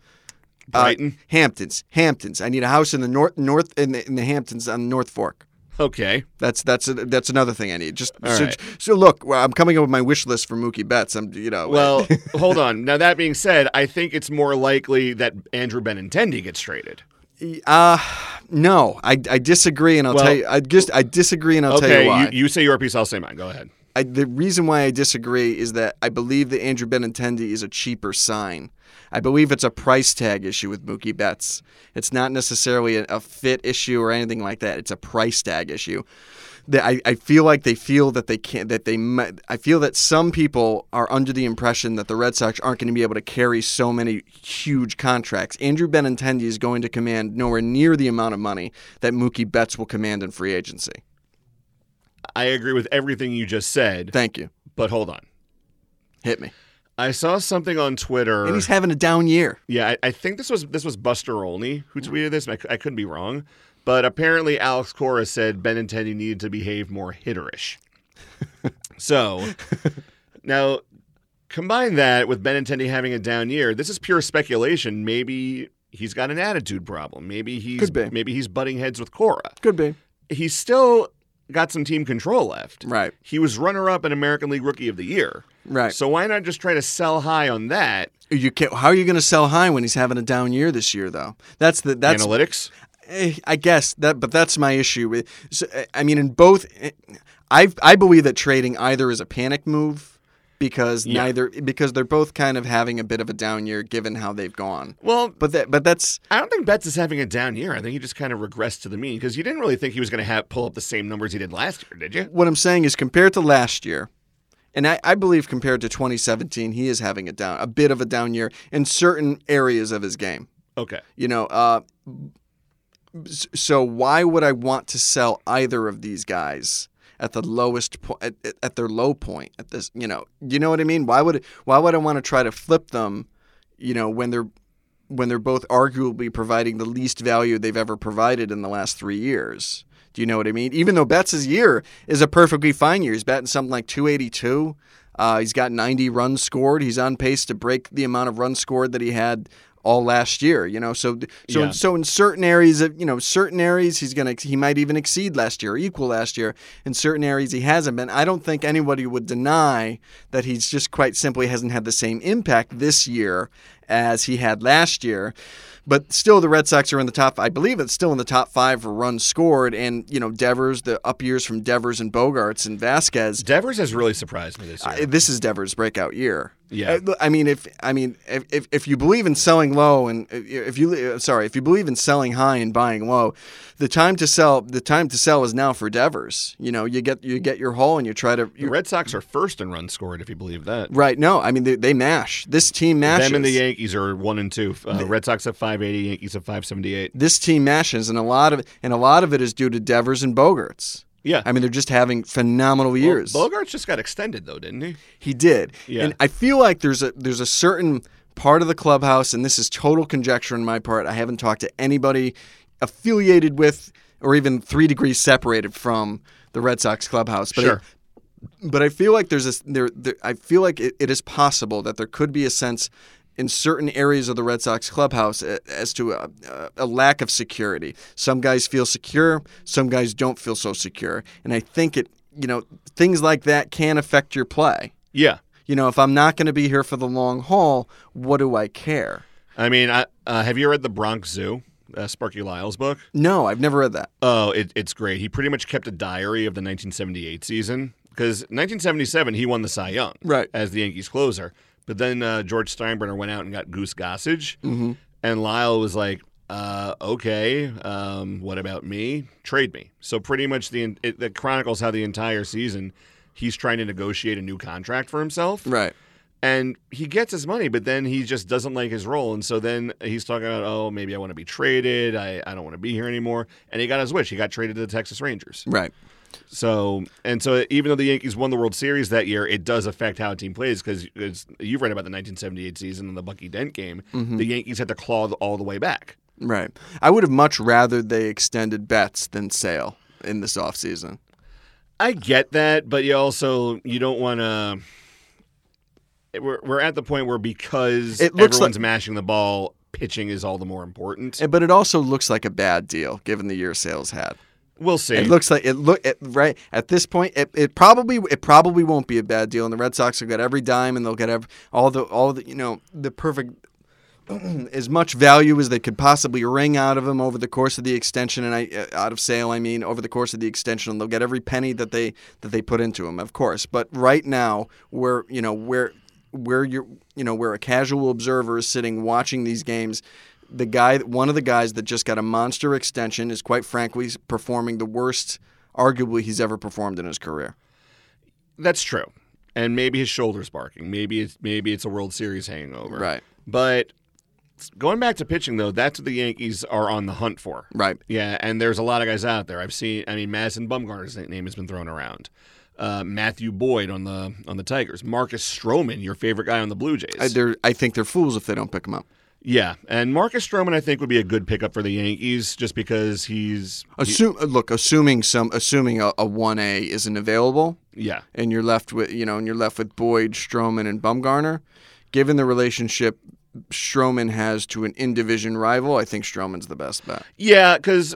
[SPEAKER 2] Brighton.
[SPEAKER 3] Hamptons. Hamptons. I need a house in the north north in the, in the Hamptons on the North Fork.
[SPEAKER 2] Okay.
[SPEAKER 3] That's that's that's another thing I need. Just
[SPEAKER 2] All
[SPEAKER 3] so,
[SPEAKER 2] right.
[SPEAKER 3] so look, well, I'm coming up with my wish list for Mookie Betts. I'm you know
[SPEAKER 2] Well, hold on. Now that being said, I think it's more likely that Andrew Benintendi gets traded.
[SPEAKER 3] uh no, I, I disagree, and I'll
[SPEAKER 2] Well-
[SPEAKER 3] tell you I just I disagree, and I'll tell
[SPEAKER 2] okay,
[SPEAKER 3] you why.
[SPEAKER 2] you, say your piece. I'll say mine. Go ahead.
[SPEAKER 3] I, the reason why I disagree is that I believe that Andrew Benintendi is a cheaper sign. I believe it's a price tag issue with Mookie Betts. It's not necessarily a, a fit issue or anything like that. It's a price tag issue. That I, I feel like they feel that they can't that they mi- I feel that some people are under the impression that the Red Sox aren't going to be able to carry so many huge contracts. Andrew Benintendi is going to command nowhere near the amount of money that Mookie Betts will command in free agency.
[SPEAKER 2] I agree with everything you just said,
[SPEAKER 3] Thank you.
[SPEAKER 2] but hold on.
[SPEAKER 3] Hit me.
[SPEAKER 2] I saw something on Twitter.
[SPEAKER 3] And he's having a down year.
[SPEAKER 2] Yeah, I, I think this was this was Buster Olney who tweeted this. And I, cou- I couldn't be wrong, but apparently Alex Cora said Benintendi needed to behave more hitterish. so now combine that with Benintendi having a down year. This is pure speculation. Maybe he's got an attitude problem. Maybe he's
[SPEAKER 3] Could be.
[SPEAKER 2] maybe he's butting heads with Cora.
[SPEAKER 3] Could be.
[SPEAKER 2] He's still got some team control left.
[SPEAKER 3] Right.
[SPEAKER 2] He was runner up in American League Rookie of the Year.
[SPEAKER 3] Right.
[SPEAKER 2] So why not just try to sell high on that
[SPEAKER 3] You can't, how are you going to sell high when he's having a down year this year, though? That's the that's
[SPEAKER 2] analytics?
[SPEAKER 3] eh, I guess that, but that's my issue with. So, eh, I mean, in both, eh, I I believe that trading either is a panic move because
[SPEAKER 2] Yeah.
[SPEAKER 3] neither because they're both kind of having a bit of a down year given how they've gone.
[SPEAKER 2] Well,
[SPEAKER 3] But that but that's
[SPEAKER 2] I don't think Betts is having a down year. I think he just kind of regressed to the mean because you didn't really think he was going to have pull up the same numbers he did last year, did you?
[SPEAKER 3] what I'm saying is compared to last year, and I, I believe compared to 2017, he is having a down a bit of a down year in certain areas of his game.
[SPEAKER 2] Okay.
[SPEAKER 3] You know, uh, s- so why would I want to sell either of these guys at the lowest point, at, at- at their low point? At this, you know, you know what I mean? Why would why would I want to try to flip them? You know, when they're when they're both arguably providing the least value they've ever provided in the last three years. Do you know what I mean? Even though Betts' year is a perfectly fine year, he's batting something like 282. Uh, he's got 90 runs scored. He's on pace to break the amount of runs scored that he had all last year. You know, so so
[SPEAKER 2] Yeah.
[SPEAKER 3] so in certain areas of you know certain areas he's gonna he might even exceed last year, equal last year. In certain areas he hasn't been. I don't think anybody would deny that he's just quite simply hasn't had the same impact this year as he had last year. But still, the Red Sox are in the top. I believe it's still in the top five for runs scored, and you know Devers, the up years from Devers and Bogarts and Vasquez.
[SPEAKER 2] Devers has really surprised me this year.
[SPEAKER 3] I- this is Devers' breakout year.
[SPEAKER 2] Yeah.
[SPEAKER 3] Uh, look, I mean, if I mean, if, if, if you believe in selling low and if you uh, sorry, if you believe in selling high and buying low, the time to sell the time to sell is now for Devers. You know, you get you get your haul and you try to
[SPEAKER 2] the
[SPEAKER 3] you,
[SPEAKER 2] Red Sox are first in runs scored, if you believe that.
[SPEAKER 3] right. No, I mean they, they mash. This team mashes.
[SPEAKER 2] Them and the Yankees are one and two. Uh, Red Sox have 580, Yankees have 578.
[SPEAKER 3] this team mashes, and a lot of and a lot of it is due to Devers and Bogarts.
[SPEAKER 2] Yeah.
[SPEAKER 3] I mean, they're just having phenomenal years.
[SPEAKER 2] Well, Bogarts just got extended, though, didn't he?
[SPEAKER 3] He did.
[SPEAKER 2] Yeah.
[SPEAKER 3] And I feel like there's a there's a certain part of the clubhouse, and this is total conjecture on my part. I haven't talked to anybody affiliated with or even three degrees separated from the Red Sox clubhouse. But I-
[SPEAKER 2] Sure.
[SPEAKER 3] but I feel like there's a there, there I feel like it, it is possible that there could be a sense in certain areas of the Red Sox clubhouse a- as to a, a lack of security. Some guys feel secure, some guys don't feel so secure, and I think it you know things like that can affect your play
[SPEAKER 2] Yeah.
[SPEAKER 3] you know, if I'm not going to be here for the long haul, what do I care?
[SPEAKER 2] I mean, I, uh, have you read The Bronx Zoo, uh, Sparky Lyle's book?
[SPEAKER 3] No, I've never read that.
[SPEAKER 2] Oh, it, it's great. He pretty much kept a diary of the 1978 season because 1977 he won the Cy Young
[SPEAKER 3] Right.
[SPEAKER 2] as the Yankees closer, but then uh, George Steinbrenner went out and got Goose Gossage,
[SPEAKER 3] Mm-hmm.
[SPEAKER 2] and Lyle was like, uh, "Okay, um, what about me? Trade me." So pretty much the it, it chronicles how the entire season he's trying to negotiate a new contract for himself,
[SPEAKER 3] Right.
[SPEAKER 2] and he gets his money, but then he just doesn't like his role. And so then he's talking about, oh, maybe I want to be traded. I, I don't want to be here anymore. And he got his wish. He got traded to the Texas Rangers.
[SPEAKER 3] Right.
[SPEAKER 2] So and so, even though the Yankees won the World Series that year, it does affect how a team plays because you've read about the 1978 season and the Bucky Dent game.
[SPEAKER 3] Mm-hmm.
[SPEAKER 2] The Yankees had to claw th- all the way back.
[SPEAKER 3] Right. I would have much rather they extended bets than Sale in this offseason.
[SPEAKER 2] I get that, but you also you don't want to. We're, we're at the point where because
[SPEAKER 3] It looks
[SPEAKER 2] everyone's mashing the ball, pitching is all the more important.
[SPEAKER 3] Eh, But it also looks like a bad deal given the year Sale's had.
[SPEAKER 2] we'll see.
[SPEAKER 3] It looks like it look it, right at this point. It, it probably it probably won't be a bad deal, and the Red Sox will get every dime, and they'll get ev all the all the you know the perfect as much value as they could possibly wring out of him over the course of the extension, and I uh, out of sale, I mean over the course of the extension, and they'll get every penny that they that they put into him, of course. But right now, we're you know where where you're you know where a casual observer is sitting watching these games the guy, one of the guys that just got a monster extension, is quite frankly performing the worst, arguably he's ever performed in his career.
[SPEAKER 2] That's true. And maybe his shoulder's barking. Maybe it's maybe it's a World Series hangover.
[SPEAKER 3] Right.
[SPEAKER 2] But going back to pitching though, that's what the Yankees are on the hunt for.
[SPEAKER 3] Right.
[SPEAKER 2] Yeah, and there's a lot of guys out there. I've seen. I mean, Madison Bumgarner's name has been thrown around. Uh, Matthew Boyd on the on the Tigers. Marcus Stroman, your favorite guy on the Blue Jays.
[SPEAKER 3] I, they're, I think they're fools if they don't pick him up.
[SPEAKER 2] yeah, and Marcus Stroman, I think, would be a good pickup for the Yankees just because he's
[SPEAKER 3] Assume, look, assuming some, assuming a one A isn't available,
[SPEAKER 2] yeah.
[SPEAKER 3] and you're left with you know, and you're left with Boyd, Stroman, and Bumgarner. Given the relationship Stroman has to an in division rival, I think Stroman's the best bet.
[SPEAKER 2] Yeah, because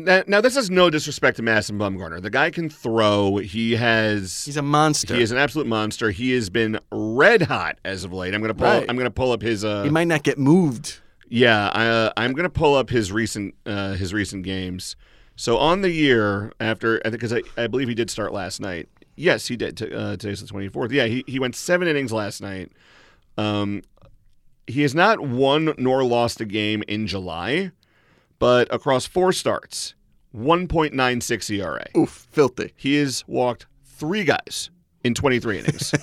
[SPEAKER 2] now this is no disrespect to Madison Bumgarner. The guy can throw. He has
[SPEAKER 3] He's a monster.
[SPEAKER 2] he is an absolute monster. He has been red hot as of late. I'm gonna pull.
[SPEAKER 3] Right.
[SPEAKER 2] I'm gonna pull up his. Uh,
[SPEAKER 3] he might not get moved.
[SPEAKER 2] yeah, I, uh, I'm gonna pull up his recent uh, his recent games. So on the year after, I think because I, I believe he did start last night. Yes, he did. T- uh, today's the 24th. Yeah, he he went seven innings last night. Um, he has not won nor lost a game in July, but across four starts, 1.96 ERA.
[SPEAKER 3] Oof, filthy.
[SPEAKER 2] He has walked three guys in 23 innings.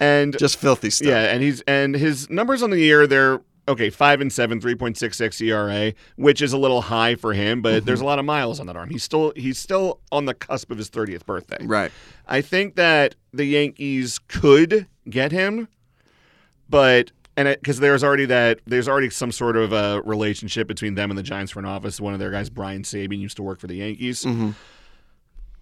[SPEAKER 2] and
[SPEAKER 3] Just filthy stuff.
[SPEAKER 2] yeah, and he's and his numbers on the year they're okay, 5 and 7, 3.66 ERA, which is E a little high for him, but there's a lot of miles on that arm. He's still he's still on the cusp of his 30th birthday.
[SPEAKER 3] Right.
[SPEAKER 2] I think that the Yankees could get him, but and because there's already that there's already some sort of a relationship between them and the Giants front office. One of their guys, Brian Sabian, used to work for the Yankees.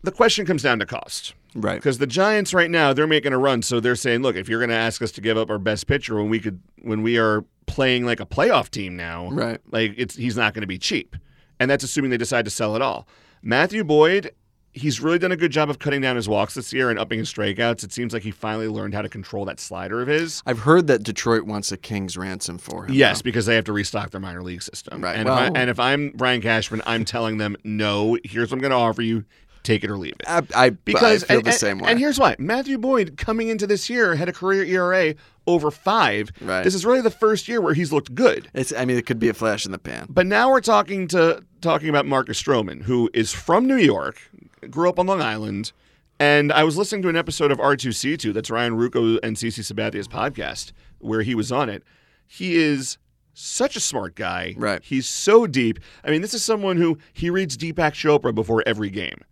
[SPEAKER 2] The question comes down to cost.
[SPEAKER 3] Right.
[SPEAKER 2] Because the Giants right now they're making a run, so they're saying, "Look, if you're going to ask us to give up our best pitcher when we could, when we are playing like a playoff team now,
[SPEAKER 3] Right.
[SPEAKER 2] Like it's he's not going to be cheap, and that's assuming they decide to sell it all." Matthew Boyd, he's really done a good job of cutting down his walks this year and upping his strikeouts. It seems like he finally learned how to control that slider of his.
[SPEAKER 3] I've heard that Detroit wants a king's ransom for him.
[SPEAKER 2] Yes, because they have to restock their minor league system.
[SPEAKER 3] Right.
[SPEAKER 2] And, if
[SPEAKER 3] Well-
[SPEAKER 2] I, and if I'm Brian Cashman, I'm telling them, no, here's what I'm going to offer you. Take it or leave it.
[SPEAKER 3] I, I,
[SPEAKER 2] because
[SPEAKER 3] I feel
[SPEAKER 2] and,
[SPEAKER 3] the
[SPEAKER 2] and-
[SPEAKER 3] same way.
[SPEAKER 2] And here's why: Matthew Boyd coming into this year had a career ERA over five.
[SPEAKER 3] Right.
[SPEAKER 2] This is really the first year where he's looked good.
[SPEAKER 3] it's, I mean, it could be a flash in the pan.
[SPEAKER 2] But now we're talking to talking about Marcus Stroman, who is from New York, grew up on Long Island, and I was listening to an episode of R2C2. That's Ryan Rucco and CC Sabathia's podcast where he was on it. He is such a smart guy.
[SPEAKER 3] Right.
[SPEAKER 2] He's so deep. I mean, this is someone who he reads Deepak Chopra before every game.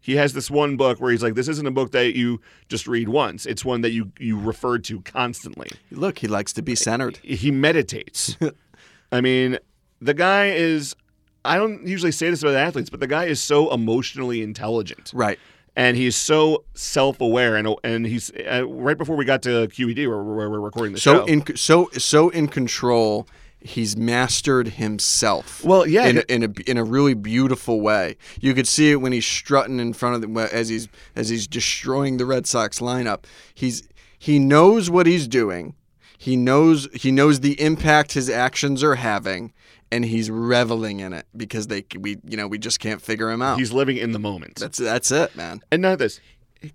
[SPEAKER 2] He has this one book where he's like, "This isn't a book that you just read once. It's one that you you refer to constantly."
[SPEAKER 3] Look, he likes to be centered.
[SPEAKER 2] he meditates. I mean, the guy is. I don't usually say this about athletes, but the guy is so emotionally intelligent,
[SPEAKER 3] Right.
[SPEAKER 2] and he's so self-aware, and and he's uh, right before we got to QED where, where we're recording the
[SPEAKER 3] So
[SPEAKER 2] show.
[SPEAKER 3] in so so in control. He's mastered himself.
[SPEAKER 2] Well, yeah,
[SPEAKER 3] in a,
[SPEAKER 2] it-
[SPEAKER 3] in a in a really beautiful way. You could see it when he's strutting in front of the as he's as he's destroying the Red Sox lineup. He's he knows what he's doing. He knows he knows the impact his actions are having, and he's reveling in it because they we you know we just can't figure him out.
[SPEAKER 2] he's living in the moment.
[SPEAKER 3] That's that's it, man.
[SPEAKER 2] And not this.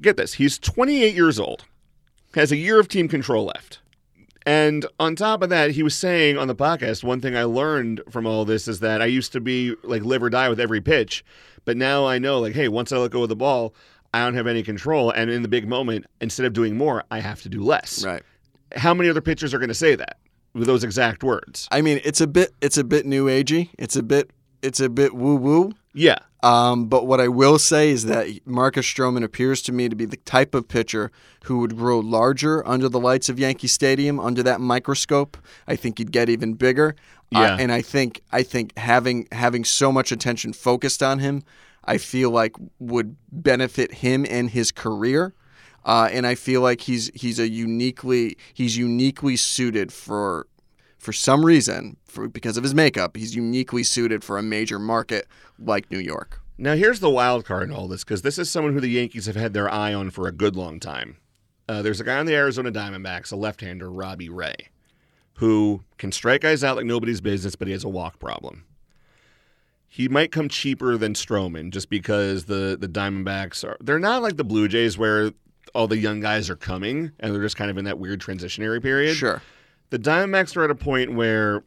[SPEAKER 2] Get this. He's 28 years old, has a year of team control left. And on top of that, he was saying on the podcast, one thing I learned from all this is that I used to be like live or die with every pitch. But now I know, like, hey, once I let go of the ball, I don't have any control. And in the big moment, instead of doing more, I have to do less.
[SPEAKER 3] Right.
[SPEAKER 2] How many other pitchers are going to say that with those exact words?
[SPEAKER 3] I mean, it's a bit it's a bit new agey. It's a bit it's a bit woo woo.
[SPEAKER 2] Yeah.
[SPEAKER 3] Um, but what I will say is that Marcus Stroman appears to me to be the type of pitcher who would grow larger under the lights of Yankee Stadium, under that microscope. I think he'd get even bigger. Uh,
[SPEAKER 2] Yeah.
[SPEAKER 3] and I think I think having having so much attention focused on him, I feel like would benefit him and his career. Uh, and I feel like he's he's a uniquely he's uniquely suited for for some reason for, because of his makeup he's uniquely suited for a major market like New York.
[SPEAKER 2] Now here's the wild card in all this because this is someone who the Yankees have had their eye on for a good long time. Uh, there's a guy on the Arizona Diamondbacks, a left-hander, Robbie Ray, who can strike guys out like nobody's business, but he has a walk problem. He might come cheaper than Stroman just because the the Diamondbacks are they're not like the Blue Jays where all the young guys are coming and they're just kind of in that weird transitionary period.
[SPEAKER 3] Sure.
[SPEAKER 2] the Diamondbacks are at a point where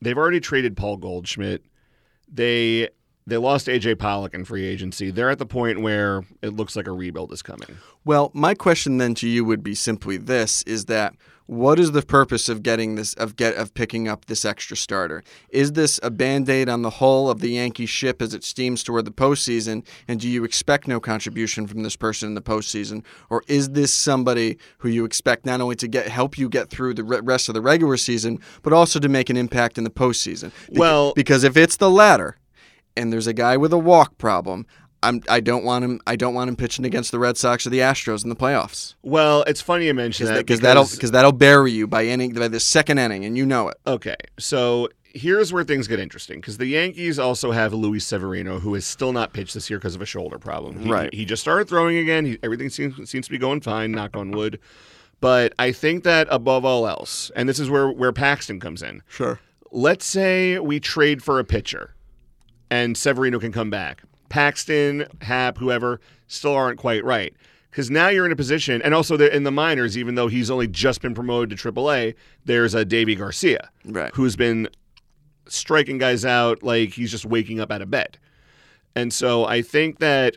[SPEAKER 2] they've already traded Paul Goldschmidt. They they lost AJ Pollock in free agency. They're at the point where it looks like a rebuild is coming.
[SPEAKER 3] Well, my question then to you would be simply this: is that what is the purpose of getting this of get of picking up this extra starter? Is this a band-aid on the hull of the Yankee ship as it steams toward the postseason? And do you expect no contribution from this person in the postseason, or is this somebody who you expect not only to get help you get through the re- rest of the regular season, but also to make an impact in the postseason? Beca-
[SPEAKER 2] Well-
[SPEAKER 3] because if it's the latter, and there's a guy with a walk problem. I'm, I don't want him. I don't want him pitching against the Red Sox or the Astros in the playoffs
[SPEAKER 2] Well, it's funny you mention that
[SPEAKER 3] because that'll because that'll bury you by inning by the second inning, and you know it.
[SPEAKER 2] okay. So here's where things get interesting because the Yankees also have Luis Severino, who is still not pitched this year because of a shoulder problem. He,
[SPEAKER 3] Right.
[SPEAKER 2] He just started throwing again. He, everything seems seems to be going fine. Knock on wood. But I think that above all else, and this is where where Paxton comes in.
[SPEAKER 3] Sure.
[SPEAKER 2] let's say we trade for a pitcher and Severino can come back. Paxton, Hap, whoever, still aren't quite right. Because now you're in a position, and also they're in the minors, even though he's only just been promoted to AAA, there's a Davey Garcia
[SPEAKER 3] Right.
[SPEAKER 2] who's been striking guys out like he's just waking up out of bed. And so I think that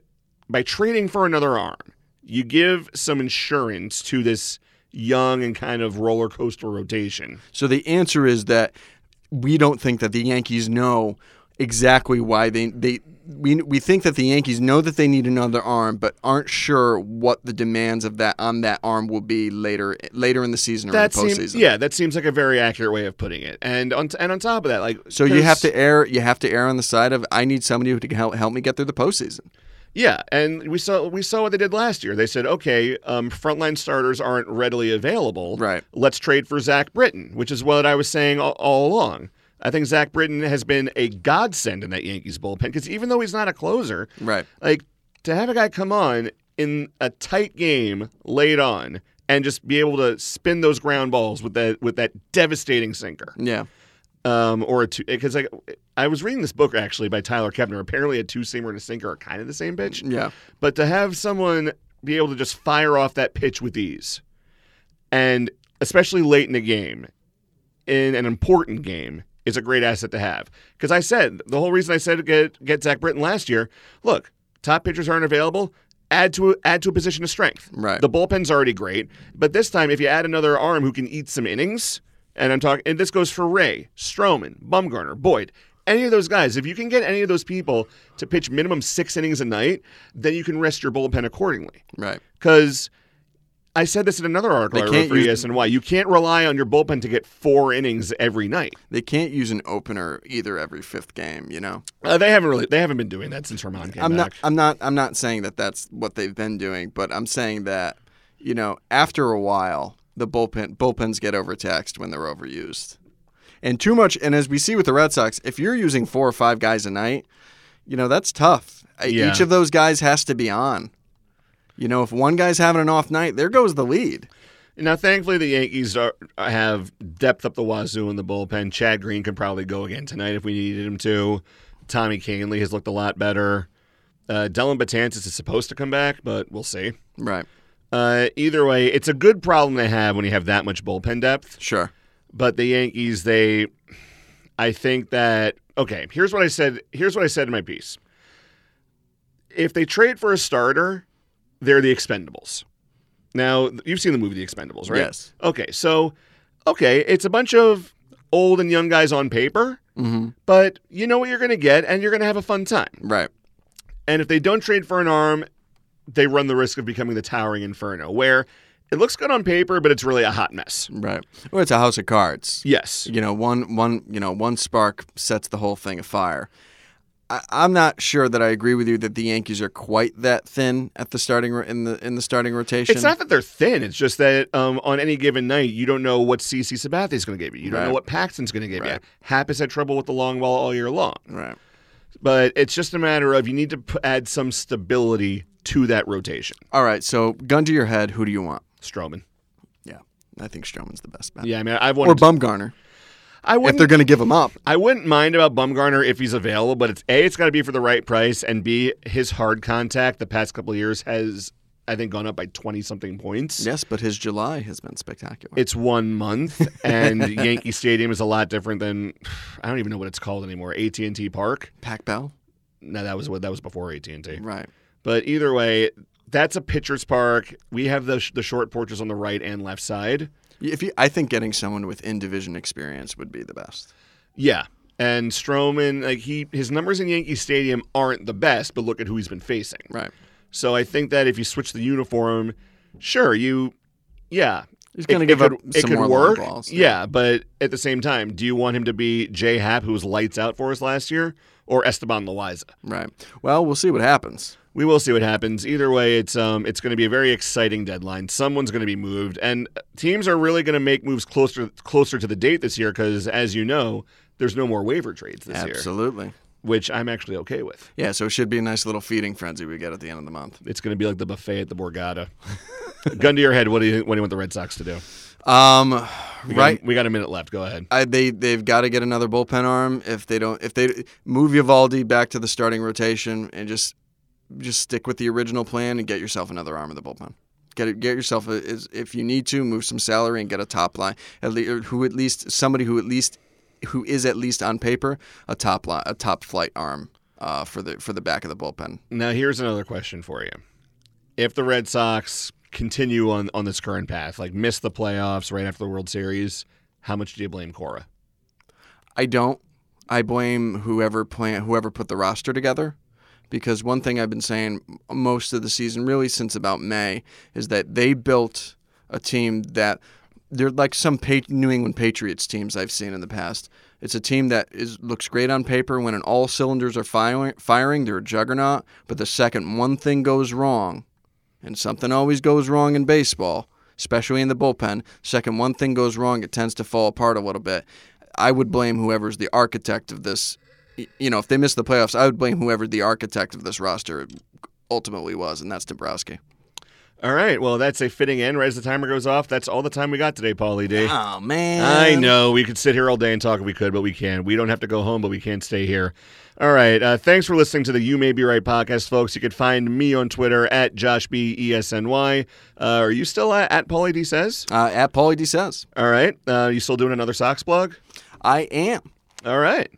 [SPEAKER 2] by trading for another arm, you give some insurance to this young and kind of roller coaster rotation.
[SPEAKER 3] So the answer is that we don't think that the Yankees know exactly why they they. We, we think that the Yankees know that they need another arm, but aren't sure what the demands of that on that arm will be later later in the season or
[SPEAKER 2] that
[SPEAKER 3] in the postseason.
[SPEAKER 2] seems yeah that seems like a very accurate way of putting it and on and on top of that like
[SPEAKER 3] So you have
[SPEAKER 2] there's-
[SPEAKER 3] to err you have to err on the side of I need somebody who can help help me get through the postseason.
[SPEAKER 2] yeah and we saw we saw what they did last year they said okay um, frontline starters aren't readily available
[SPEAKER 3] Right.
[SPEAKER 2] let's trade for Zach Britton which is what I was saying all, all along I think Zach Britton has been a godsend in that Yankees bullpen because even though he's not a closer
[SPEAKER 3] Right.
[SPEAKER 2] like to have a guy come on in a tight game late on and just be able to spin those ground balls with that with that devastating sinker
[SPEAKER 3] Yeah.
[SPEAKER 2] um, or a two because like I was reading this book actually by Tyler Kepner. Apparently, a two seamer and a sinker are kind of the same pitch.
[SPEAKER 3] Yeah.
[SPEAKER 2] But to have someone be able to just fire off that pitch with ease, and especially late in the game, in an important game, is a great asset to have. Because I said the whole reason I said to get get Zach Britton last year. Look, top pitchers aren't available. Add to add to a position of strength.
[SPEAKER 3] Right.
[SPEAKER 2] The bullpen's already great, but this time if you add another arm who can eat some innings, and I'm talking, and this goes for Ray, Stroman, Bumgarner, Boyd, any of those guys. If you can get any of those people to pitch minimum six innings a night, then you can rest your bullpen accordingly.
[SPEAKER 3] Right.
[SPEAKER 2] Because I said this in another article
[SPEAKER 3] They
[SPEAKER 2] I wrote
[SPEAKER 3] can't
[SPEAKER 2] for E
[SPEAKER 3] use-
[SPEAKER 2] ESNY. You can't rely on your bullpen to get four innings every night.
[SPEAKER 3] They can't use an opener either every fifth game, you know.
[SPEAKER 2] Uh, they haven't really. They haven't been doing that since Herman came
[SPEAKER 3] I'm
[SPEAKER 2] back.
[SPEAKER 3] not I'm not I'm not saying that that's what they've been doing, but I'm saying that you know, after a while, the bullpen bullpens get overtaxed when they're overused. And too much and as we see with the Red Sox, if you're using four or five guys a night, you know, that's tough. I-
[SPEAKER 2] Yeah.
[SPEAKER 3] Each of those guys has to be on. You know, if one guy's having an off night, there goes the lead.
[SPEAKER 2] Now, thankfully, the Yankees are, have depth up the wazoo in the bullpen. Chad Green could probably go again tonight if we needed him to. Tommy Canley has looked a lot better. Uh, Dylan Batantis is supposed to come back, but we'll see.
[SPEAKER 3] Right.
[SPEAKER 2] Uh, either way, it's a good problem to have when you have that much bullpen depth.
[SPEAKER 3] Sure.
[SPEAKER 2] But the Yankees, they, I think that okay. Here's what I said. Here's what I said in my piece. If they trade for a starter, they're the Expendables. Now you've seen the movie The Expendables, right?
[SPEAKER 3] Yes.
[SPEAKER 2] Okay, so okay, it's a bunch of old and young guys on paper,
[SPEAKER 3] hmm
[SPEAKER 2] but you know what you're going to get, and you're going to have a fun time.
[SPEAKER 3] Right.
[SPEAKER 2] And if they don't trade for an arm, they run the risk of becoming the towering inferno, where it looks good on paper, but it's really a hot mess.
[SPEAKER 3] Right. Well, it's a house of cards.
[SPEAKER 2] Yes.
[SPEAKER 3] You know, one one you know one spark sets the whole thing afire. I, I'm not sure that I agree with you that the Yankees are quite that thin at the starting ro- in the in the starting rotation.
[SPEAKER 2] It's not that they're thin. It's just that um, on any given night, you don't know what CC Sabathia's going to give you. You don't know
[SPEAKER 3] Right.
[SPEAKER 2] what Paxton's going to give you.
[SPEAKER 3] Right.
[SPEAKER 2] Happy's had trouble with the long ball all year long.
[SPEAKER 3] right.
[SPEAKER 2] But it's just a matter of you need to p- add some stability to that rotation.
[SPEAKER 3] All right. So, gun to your head, who do you want?
[SPEAKER 2] Stroman.
[SPEAKER 3] Yeah, I think Stroman's the best bet.
[SPEAKER 2] Yeah, I mean, I've
[SPEAKER 3] Or
[SPEAKER 2] wanted. to-
[SPEAKER 3] Bumgarner,
[SPEAKER 2] I
[SPEAKER 3] if
[SPEAKER 2] wouldn't.
[SPEAKER 3] they're going to give him up.
[SPEAKER 2] I wouldn't mind about Bumgarner if he's available, but it's a. It's got to be for the right price, and b. His hard contact the past couple of years has, I think, gone up by twenty something points.
[SPEAKER 3] Yes, but his July has been spectacular.
[SPEAKER 2] It's one month, and Yankee Stadium is a lot different than I don't even know what it's called anymore. AT and T Park.
[SPEAKER 3] Pac Bell,
[SPEAKER 2] No, that was what that was before AT and T.
[SPEAKER 3] right?
[SPEAKER 2] But either way, that's a pitcher's park. We have the sh- the short porches on the right and left side.
[SPEAKER 3] If you, I think getting someone with in division experience would be the best.
[SPEAKER 2] Yeah. And Stroman, like he, his numbers in Yankee Stadium aren't the best, but look at who he's been facing.
[SPEAKER 3] Right.
[SPEAKER 2] So I think that if you switch the uniform, sure, you, yeah,
[SPEAKER 3] He's
[SPEAKER 2] it-
[SPEAKER 3] going to
[SPEAKER 2] it
[SPEAKER 3] give
[SPEAKER 2] could-
[SPEAKER 3] up
[SPEAKER 2] It
[SPEAKER 3] some
[SPEAKER 2] could
[SPEAKER 3] more long
[SPEAKER 2] work,
[SPEAKER 3] balls.
[SPEAKER 2] yeah. But at the same time, do you want him to be J Happ, who was lights out for us last year, or Esteban Loiza?
[SPEAKER 3] Right. Well, we'll see what happens.
[SPEAKER 2] We will see what happens. Either way, it's um, it's going to be a very exciting deadline. Someone's going to be moved, and uh, teams are really going to make moves closer closer to the date this year because, as you know, there's no more waiver trades this year,
[SPEAKER 3] Absolutely.
[SPEAKER 2] which I'm actually okay with.
[SPEAKER 3] Yeah, so it should be a nice little feeding frenzy we get at the end of the month.
[SPEAKER 2] It's going to be like the buffet at the Borgata. Gun to your head. What do you what do you want the Red Sox to do?
[SPEAKER 3] Um,
[SPEAKER 2] We got-
[SPEAKER 3] right.
[SPEAKER 2] we got a minute left. Go ahead.
[SPEAKER 3] I, they they've got to get another bullpen arm if they don't if they move Uvalde back to the starting rotation and just just stick with the original plan and get yourself another arm in the bullpen. Get it, get yourself a, is if you need to move some salary and get a top line at le- or who at least somebody who at least who is at least on paper a top line a top flight arm uh, for the for the back of the bullpen.
[SPEAKER 2] Now here's another question for you. If the Red Sox continue on on this current path, like miss the playoffs right after the World Series, how much do you blame Cora?
[SPEAKER 3] I don't. I blame whoever plan whoever put the roster together, because one thing I've been saying m- most of the season, really since about May, is that they built a team that they're like some pa- New England Patriots teams I've seen in the past. It's a team that is looks great on paper when an all cylinders are firing, firing. They're a juggernaut, but the second one thing goes wrong, and something always goes wrong in baseball, especially in the bullpen. Second one thing goes wrong, it tends to fall apart a little bit. I would blame whoever's the architect of this. y- You know, if they miss the playoffs, I would blame whoever the architect of this roster ultimately was, and that's Dombrowski.
[SPEAKER 2] All right. Well, that's a fitting end. Right as the timer goes off, that's all the time we got today, Paulie D. I
[SPEAKER 3] Oh man,
[SPEAKER 2] know we could sit here all day and talk if we could, but we can't. We don't have to go home, but we can't stay here. All right. Uh, thanks for listening to the You May Be Right podcast, folks. You could find me on Twitter at Josh B E S N Y. Uh, are you still at, at Paulie D says?
[SPEAKER 3] Uh, at Paulie D says,
[SPEAKER 2] All right. Uh, you still doing another socks blog?
[SPEAKER 3] I am.
[SPEAKER 2] All right.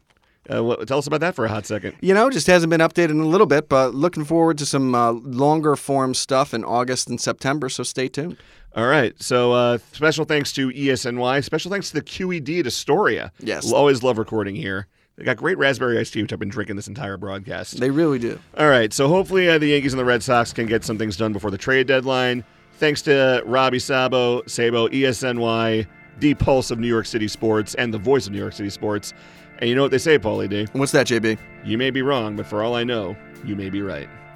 [SPEAKER 2] Uh, wha- tell us about that for a hot second.
[SPEAKER 3] You know, just hasn't been updated in a little bit, but looking forward to some uh, longer form stuff in August and September. So stay tuned.
[SPEAKER 2] All right. So uh, special thanks to E ESNY. Special thanks to the QED at Astoria.
[SPEAKER 3] Yes.
[SPEAKER 2] We'll always love recording here. They got great raspberry iced tea, which I've been drinking this entire broadcast.
[SPEAKER 3] They really do.
[SPEAKER 2] All right. So hopefully uh, the Yankees and the Red Sox can get some things done before the trade deadline. Thanks to Robbie Sabo, Sabo, E ESNY, the pulse of New York City sports, and the voice of New York City sports. And you know what they say, Paulie D?
[SPEAKER 3] And what's that, JB?
[SPEAKER 2] You may be wrong, but for all I know, you may be right.